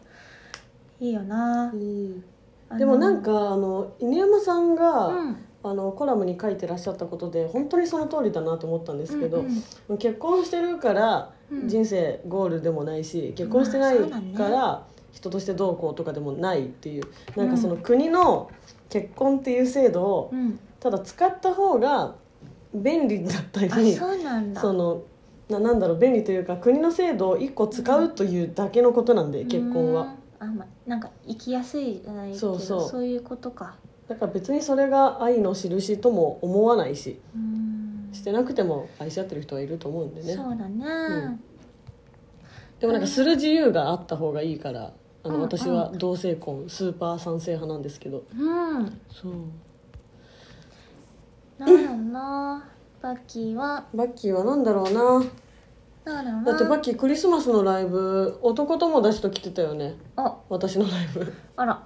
Speaker 1: いいよな
Speaker 2: う、ん
Speaker 1: あの
Speaker 2: でもなんかあの犬山さんが、
Speaker 1: うん
Speaker 2: あのコラムに書いてらっしゃったことで本当にその通りだなと思ったんですけど、
Speaker 1: うんうん
Speaker 2: 結婚してるから
Speaker 1: うん
Speaker 2: 人生ゴールでもないし、結婚してない
Speaker 1: まあそうだね
Speaker 2: から人としてどうこうとかでもないっていうなん
Speaker 1: う
Speaker 2: か
Speaker 1: ん
Speaker 2: その国の結婚っていう制度を
Speaker 1: うん
Speaker 2: ただ使った方が便利だったり
Speaker 1: あそうなんだ
Speaker 2: そのななんだろう便利というか国の制度を1個使うというだけのことなんで結婚は
Speaker 1: うんあ、ま、なんか生きやすいじゃないけど
Speaker 2: そうそう
Speaker 1: いうことか
Speaker 2: だから別にそれが愛の印とも思わないし
Speaker 1: うん
Speaker 2: してなくても愛し合ってる人はいると思うんでね
Speaker 1: そうだね、
Speaker 2: んでもなんかする自由があった方がいいからあ
Speaker 1: うん
Speaker 2: の私は同性婚スーパー賛成派なんですけど
Speaker 1: うん
Speaker 2: そう
Speaker 1: なんだろうなバッキーは
Speaker 2: バッキーは何だろうな
Speaker 1: なんだろうな
Speaker 2: だってバッキークリスマスのライブ男友達と来てたよね
Speaker 1: あ
Speaker 2: 私のライブ
Speaker 1: あら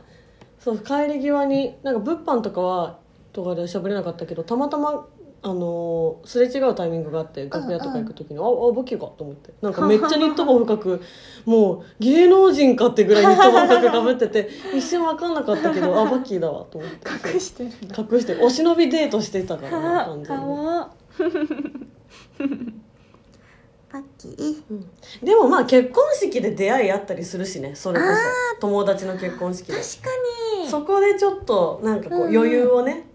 Speaker 2: そう帰り際になんか物販とかはとかで喋れなかったけどたまたまあのーすれ違うタイミングがあって楽屋とか行く時に「ああバッキーか」と思ってなんかめっちゃニット帽深くもう芸能人かってぐらいニット帽深くかぶってて一瞬分かんなかったけど「あバッキーだわ」と思って
Speaker 1: 隠してるんだ
Speaker 2: 隠してお忍びデートしてたからな
Speaker 1: あ
Speaker 2: 完
Speaker 1: か
Speaker 2: 全に、
Speaker 1: わバッキー
Speaker 2: うんでもまあ結婚式で出会いあったりするしねそれこそ友達の結婚式で
Speaker 1: 確かに
Speaker 2: そこでちょっとなんか
Speaker 1: う
Speaker 2: こうん余裕をね、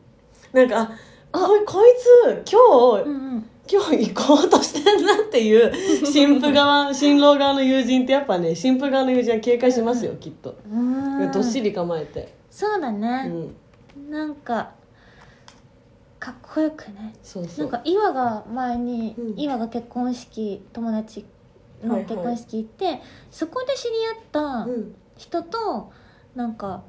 Speaker 2: なんかあこいこいつ今日、
Speaker 1: うんうん
Speaker 2: 今日行こうとしてんなっていう 新婦側新郎側の友人ってやっぱね新婦側の友人は警戒しますよきっと、
Speaker 1: うん
Speaker 2: どっしり構えて、
Speaker 1: そうだ
Speaker 2: う
Speaker 1: ね、
Speaker 2: ん、
Speaker 1: なんかかっこよくね
Speaker 2: そうそ
Speaker 1: なん
Speaker 2: う
Speaker 1: か岩が前に、
Speaker 2: うん
Speaker 1: 岩が結婚式友達の
Speaker 2: はいはい
Speaker 1: 結婚式行って、そこで知り合っ
Speaker 2: う
Speaker 1: た
Speaker 2: ん、
Speaker 1: 人となんか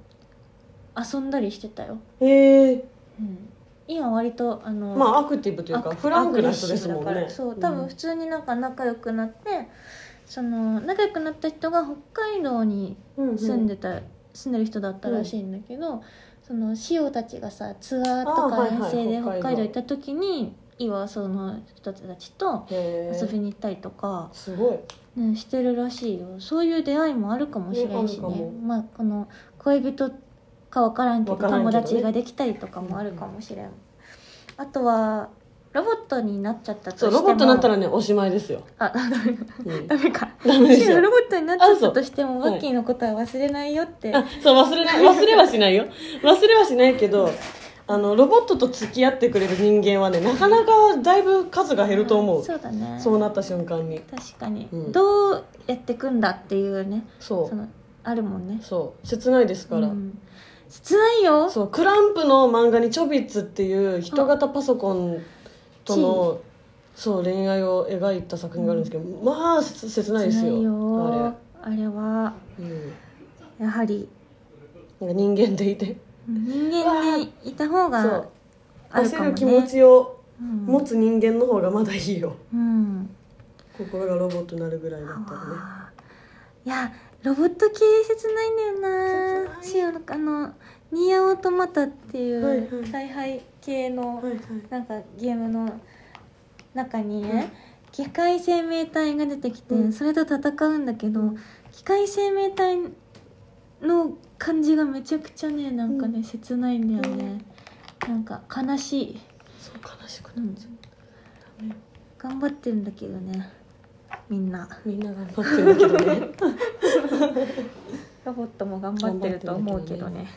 Speaker 1: 遊んだりしてたよ、
Speaker 2: へえ
Speaker 1: うん、今割とあの、
Speaker 2: まあアクティブというか
Speaker 1: アク
Speaker 2: フランクな人ですもん
Speaker 1: アグレ
Speaker 2: ね
Speaker 1: ッシブだからそう多分普通になんか仲良くなって、その仲良くなった人が北海道に
Speaker 2: うん
Speaker 1: 住んでた、住んでる人だったらしいんだけど、その潮たちがさツアーと
Speaker 2: あー
Speaker 1: か
Speaker 2: はい
Speaker 1: 遠
Speaker 2: はい
Speaker 1: 征で北
Speaker 2: 北
Speaker 1: 海
Speaker 2: 海
Speaker 1: 道
Speaker 2: 道
Speaker 1: 行った時に岩はその人たちと
Speaker 2: へえ
Speaker 1: 遊びに行ったりとか、
Speaker 2: すごい
Speaker 1: ね、してるらしいよそういう出会いもあるかもしれんし
Speaker 2: ねあ
Speaker 1: ね
Speaker 2: るかも
Speaker 1: まあこの恋人かわからんけど
Speaker 2: わからん
Speaker 1: 友
Speaker 2: けどね
Speaker 1: 達ができたりとかもあるかもしれん、あとはロボットになっちゃったとして
Speaker 2: そう
Speaker 1: も
Speaker 2: ロボットになったらねおしまいですよ、
Speaker 1: あダメだ
Speaker 2: うん
Speaker 1: ダメか
Speaker 2: ダメですよ
Speaker 1: ロボットになっちゃったとしても
Speaker 2: あそ
Speaker 1: ワ
Speaker 2: う
Speaker 1: ッキーのことは忘れないよって、
Speaker 2: あそう忘れない忘れはしないよ忘れはしないけどあのロボットと付き合ってくれる人間はねなかなかだいぶ数が減ると思う、
Speaker 1: そうだね
Speaker 2: そうなった瞬間に
Speaker 1: 確かに、
Speaker 2: うん
Speaker 1: どうやってくんだっていうね
Speaker 2: そ
Speaker 1: そのあるもんね
Speaker 2: うそう切ないですから、
Speaker 1: うん切ないよ
Speaker 2: そうクランプの漫画にチョビッツっていう人型パソコンとのそう恋愛を描いた作品があるんですけど、まあ切切ないですよ
Speaker 1: 切よあれは
Speaker 2: あれ、うん、
Speaker 1: やはり
Speaker 2: なんか人間でいて
Speaker 1: 人間にいた方
Speaker 2: そ
Speaker 1: が
Speaker 2: う
Speaker 1: ある
Speaker 2: 焦
Speaker 1: かもね
Speaker 2: る気持ちを
Speaker 1: うん
Speaker 2: 持つ人間の方がまだいいよ
Speaker 1: うん
Speaker 2: 心がロボットになるぐらいだったらね
Speaker 1: いやロボット系切ないんだよな
Speaker 2: 切
Speaker 1: シオのあのニーアオトマタってい
Speaker 2: はいうは
Speaker 1: 采配系の
Speaker 2: はいはい
Speaker 1: なんかゲームの中にね、機械生命体が出てきて、
Speaker 2: うん
Speaker 1: それと戦うんだけど、機械生命体の感じがめちゃくちゃねなんかね、切ないんだよね、なんか悲しい、
Speaker 2: そう悲しく
Speaker 1: う
Speaker 2: なる
Speaker 1: ん、頑張ってるんだけどねみんな
Speaker 2: みんな頑張ってるけどね
Speaker 1: ロボットも頑張ってると思うけど
Speaker 2: 頑張ってるけど
Speaker 1: ね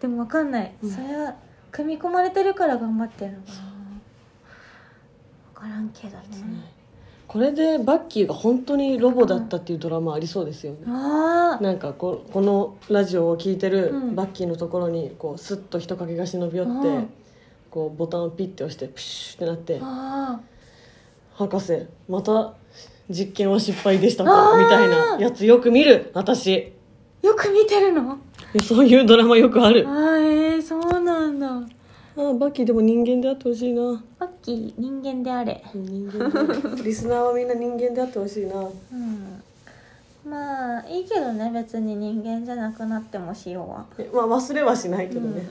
Speaker 1: でもわかんない、
Speaker 2: うん
Speaker 1: それは組み込まれてるから頑張ってるのかな分からんけどね
Speaker 2: これでバッキーが本当にロボだったっていうドラマありそうですよね、
Speaker 1: ああ
Speaker 2: なんかここのラジオを聞いてる
Speaker 1: うん
Speaker 2: バッキーのところにこうスッと人影が忍び寄って、
Speaker 1: うん
Speaker 2: こうボタンをピッて押してプシュってなって
Speaker 1: あ
Speaker 2: 「博士また実験は失敗でした
Speaker 1: あ
Speaker 2: か」
Speaker 1: ー
Speaker 2: みたいなやつよく見る私
Speaker 1: あよく見てるの
Speaker 2: そういうドラマよくあ
Speaker 1: あ
Speaker 2: るあ
Speaker 1: ーえー、そうなんだ
Speaker 2: ーバッキーでも人間であってほしいな
Speaker 1: バッキー人間であれ
Speaker 2: 人間でリスナーはみんな人間であってほしいな
Speaker 1: うんまあいいけどね別に人間じゃなくなってもしようは
Speaker 2: えまあ忘れはしないけどね、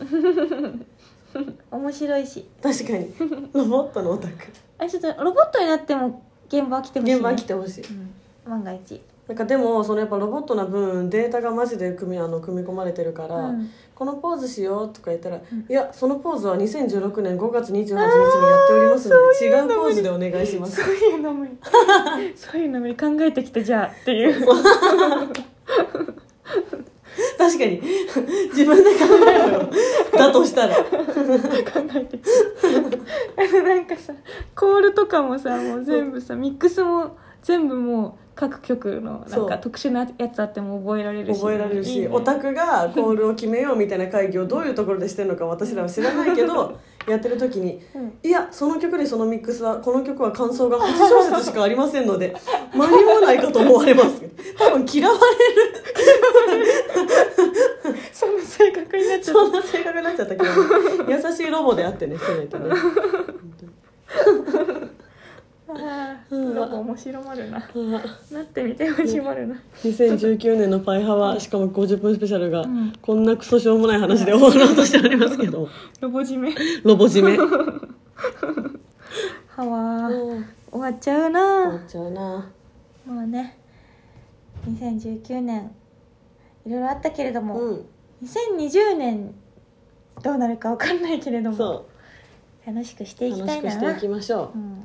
Speaker 1: 面白いし
Speaker 2: 確かにロボットのオタク
Speaker 1: あちょっとロボットになっても現場来てほしい、ね、
Speaker 2: 現場来てほしい、
Speaker 1: うん万が一
Speaker 2: うなんかでもそのやっぱロボットな分データがマジで組みあの組み込まれてるから、
Speaker 1: うん
Speaker 2: このポーズしようとか言ったら、いやそのポーズは2016年5月28日にやっておりますので違うポーズでお願いします
Speaker 1: そういうのもそういうのも考えてきてじゃあっていう
Speaker 2: 確かに 自分で考えろよだとしたら
Speaker 1: 考えてあのなんかさコールとかもさもう全部さミックスも全部もう各曲のな
Speaker 2: そ
Speaker 1: んか
Speaker 2: う
Speaker 1: 特殊なやつあっても覚えられるし
Speaker 2: 覚えられるし
Speaker 1: いいね
Speaker 2: オタクがコールを決めようみたいな会議をどういうところでしてるのか私らは知らない けどやってる時に
Speaker 1: うん
Speaker 2: 「いやその曲にそのミックスはこの曲は感想が8小節しかありませんので間に合わないかと思われます」多分嫌われる
Speaker 1: その性格になっちゃっ
Speaker 2: そんな性格になっちゃったけど、優しいロボであってねせめて ね
Speaker 1: たあー
Speaker 2: うん
Speaker 1: ロボ面白まるな
Speaker 2: あ
Speaker 1: なってみて面白まるな
Speaker 2: 2019年の「パイハワ」しかも50分スペシャルが、
Speaker 1: ん
Speaker 2: こんなクソしょうもない話で終わろうとしておりますけど
Speaker 1: ロボ締め
Speaker 2: ロボ締め
Speaker 1: はわー
Speaker 2: 終
Speaker 1: 終わっちゃうな
Speaker 2: わっちゃうな
Speaker 1: もうね2019年いろいろあったけれども、
Speaker 2: うん
Speaker 1: 2020年どうなるかわかんないけれども
Speaker 2: そ
Speaker 1: 楽しくして
Speaker 2: う
Speaker 1: いき
Speaker 2: 楽
Speaker 1: た
Speaker 2: し
Speaker 1: いな
Speaker 2: くしていきましょう、
Speaker 1: うん、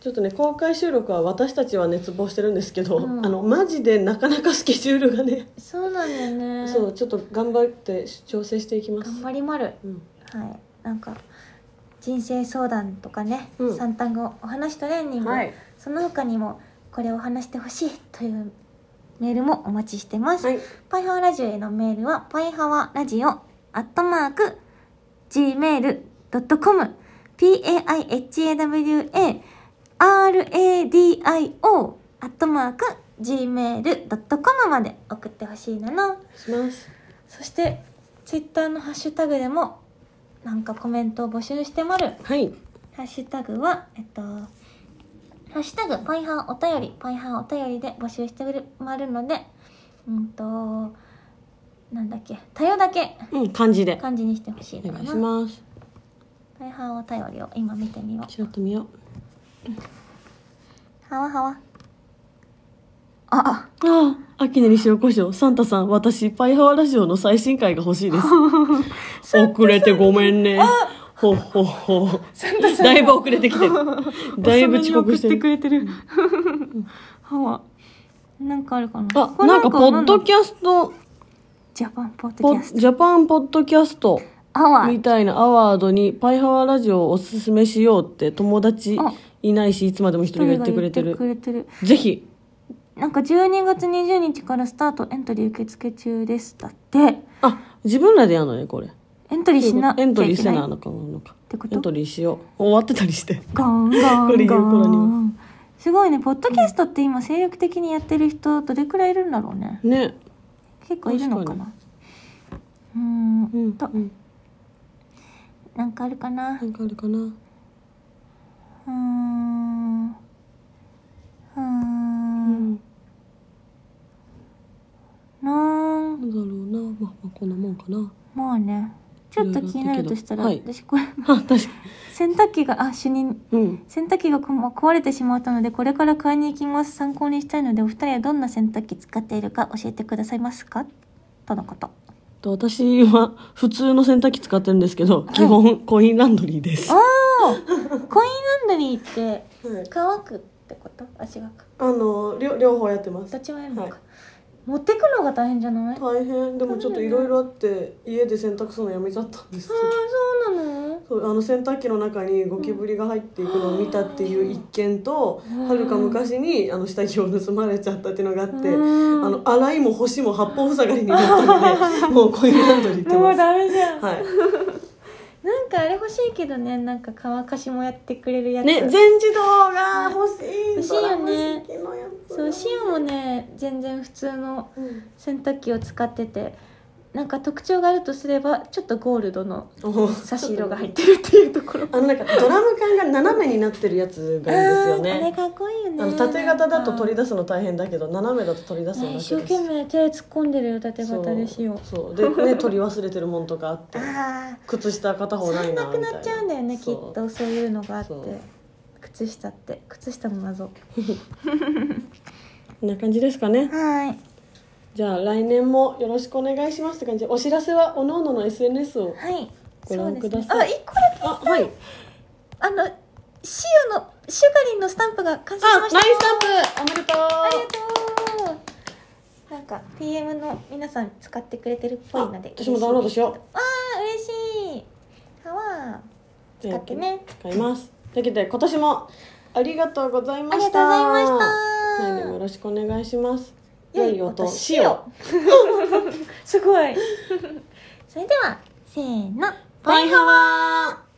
Speaker 2: ちょっとね公開収録は私たちは熱望してるんですけど、
Speaker 1: うん
Speaker 2: あのマジでなかなかスケジュールがね、
Speaker 1: そうなんだよね
Speaker 2: そうちょっと頑張って調整していきます
Speaker 1: 頑張りまる
Speaker 2: うん
Speaker 1: はいなんか人生相談とかね、
Speaker 2: うん
Speaker 1: 三単語お話トレーニング、
Speaker 2: はい
Speaker 1: その他にもこれを話してほしいというメールもお待ちしてます、
Speaker 2: はい
Speaker 1: パイハワラジオへのメールは、パイハワラジオ、アットマーク、gmail.com、p-a-i-h-a-w-a、r-a-d-i-o、アットマーク、gmail.com まで送ってほしいなの。
Speaker 2: します
Speaker 1: そして、ツイッターのハッシュタグでも、なんかコメントを募集してまる。
Speaker 2: はい
Speaker 1: ハッシュタグは、えっと、ハッシュタグ、パイハーお便り、パイハーお便りで募集してまるので、うんと、なんだっけ、たよだけ
Speaker 2: うん漢字で
Speaker 1: 漢字にしてほしい
Speaker 2: お
Speaker 1: のか
Speaker 2: 願いし
Speaker 1: な。
Speaker 2: ます
Speaker 1: パイハーお便りを今見てみよう。
Speaker 2: ちらっと見よ
Speaker 1: はわはわ。あ、
Speaker 2: うああ秋根に塩コショウサンタさん私パイハワラジオの最新回が欲しいです遅れてごめんねほっほっほだいぶ遅れてきてるだいぶ遅刻してる
Speaker 1: れてる。はわ。なんかあるかな
Speaker 2: あ
Speaker 1: これ
Speaker 2: なんかポッド
Speaker 1: ャ
Speaker 2: キャスト
Speaker 1: ジャパンポッド
Speaker 2: ポ
Speaker 1: キャスト。
Speaker 2: ジャパンポッドキャスト
Speaker 1: あわ。
Speaker 2: みたいなアワードに「パイハワラジオをおすすめしよう」って友達いないしいつまでも一人が言ってくれて
Speaker 1: 一人が
Speaker 2: る
Speaker 1: 言ってくれてる。
Speaker 2: ぜひ
Speaker 1: なんか12月20日からスタートエントリー受付中ですだって
Speaker 2: あ自分らでやるのねこれ
Speaker 1: エントリーしなきゃ
Speaker 2: エ
Speaker 1: い
Speaker 2: ントリー
Speaker 1: け
Speaker 2: せ
Speaker 1: ない
Speaker 2: なあのかなのか
Speaker 1: てこと
Speaker 2: エントリーしよう終わってた りして
Speaker 1: ガンガ
Speaker 2: これ
Speaker 1: ン
Speaker 2: 言う
Speaker 1: ガ
Speaker 2: からには
Speaker 1: ンすごいねポッドキャストって今精力的にやってる人どれくらいいるんだろうね
Speaker 2: ね
Speaker 1: 結構いるのか
Speaker 2: 確
Speaker 1: なうーん
Speaker 2: うん、
Speaker 1: と
Speaker 2: うん、
Speaker 1: なんかあるかな
Speaker 2: なんかあるかな
Speaker 1: うーんうー
Speaker 2: うんん
Speaker 1: なん
Speaker 2: なんだろうなまあまあこんなもんかな
Speaker 1: まあねちょっと気になるとしたら
Speaker 2: はい
Speaker 1: 私これ
Speaker 2: あ 確かに
Speaker 1: 洗濯機があ主任
Speaker 2: うん
Speaker 1: 洗濯機がこま壊れてしまったのでこれから買いに行きます参考にしたいのでお二人はどんな洗濯機使っているか教えてくださいますかとのこと
Speaker 2: と私は普通の洗濯機使ってるんですけど、
Speaker 1: い
Speaker 2: 基本コインランドリーです
Speaker 1: おおコインランドリーって
Speaker 2: はい
Speaker 1: 乾くってことあ違うか
Speaker 2: あの両両方やってま
Speaker 1: どっちもやるのか、
Speaker 2: はい
Speaker 1: 持ってくのが大変じゃない、ああ
Speaker 2: 大変でもちょっといろいろあって家で洗濯するのやめちゃったんです
Speaker 1: そうなの
Speaker 2: そうあの洗濯機の中にゴキブリが入っていくのを見たっていう一件と
Speaker 1: うん
Speaker 2: はるか昔にあの下着を盗まれちゃったっていうのがあってあ
Speaker 1: うん
Speaker 2: の洗いも干しも八方塞がりになったのでもうコインランドリー行って
Speaker 1: もう
Speaker 2: ま
Speaker 1: ダメじゃん、
Speaker 2: す。はい
Speaker 1: なんかあれ欲しいけどねなんか乾かしもやってくれるやつ、
Speaker 2: ね、全自動が欲しい
Speaker 1: 欲しいよね
Speaker 2: ドラム式のやつ
Speaker 1: そうシオもね全然普通の
Speaker 2: うん
Speaker 1: 洗濯機を使っててなんか特徴があるとすればちょっとゴールドの差し色が入ってるっていうところ
Speaker 2: あのなんかドラム缶が斜めになってるやつがいい
Speaker 1: あ
Speaker 2: ですよ
Speaker 1: ーあれ
Speaker 2: ね
Speaker 1: かっこいいよね
Speaker 2: あの縦型だと取り出すの大変だけど斜めだと取り出すの
Speaker 1: ね
Speaker 2: 楽
Speaker 1: 一生懸命手突っ込んでるよ縦型でしよう
Speaker 2: そうそ うでね取り忘れてるもんとかあって
Speaker 1: ああ
Speaker 2: 靴下片方
Speaker 1: そ
Speaker 2: ない
Speaker 1: れ
Speaker 2: な
Speaker 1: な
Speaker 2: み
Speaker 1: く
Speaker 2: たい
Speaker 1: な
Speaker 2: な
Speaker 1: っちゃうんだよねきっ
Speaker 2: そう
Speaker 1: とそういうのがあって
Speaker 2: そう
Speaker 1: 靴下って靴下の謎
Speaker 2: こんな感じですかね
Speaker 1: はい
Speaker 2: じゃあ来年もよろしくお願いしますって感じでお知らせはおのおのの SNS を
Speaker 1: はい
Speaker 2: ご覧
Speaker 1: そうです
Speaker 2: ください
Speaker 1: ね、あ一個だけ
Speaker 2: あはい
Speaker 1: あのシオのシュガリンのスタンプが完成
Speaker 2: あ
Speaker 1: し
Speaker 2: マ
Speaker 1: ま
Speaker 2: イス
Speaker 1: した
Speaker 2: タンプおめでとう
Speaker 1: ありがとうなんか PM の皆さん使ってくれてるっぽいので
Speaker 2: あ私もダウンロードしよ
Speaker 1: うわー嬉しいあわー使ってね
Speaker 2: 使いますというわけで今年もありがとうございました
Speaker 1: ありがとうございました
Speaker 2: 来年もよろしくお願いします
Speaker 1: 良
Speaker 2: 良
Speaker 1: い
Speaker 2: い
Speaker 1: お
Speaker 2: 音
Speaker 1: 年
Speaker 2: し
Speaker 1: を
Speaker 2: よ
Speaker 1: すごいそれではせーの
Speaker 2: バイハワー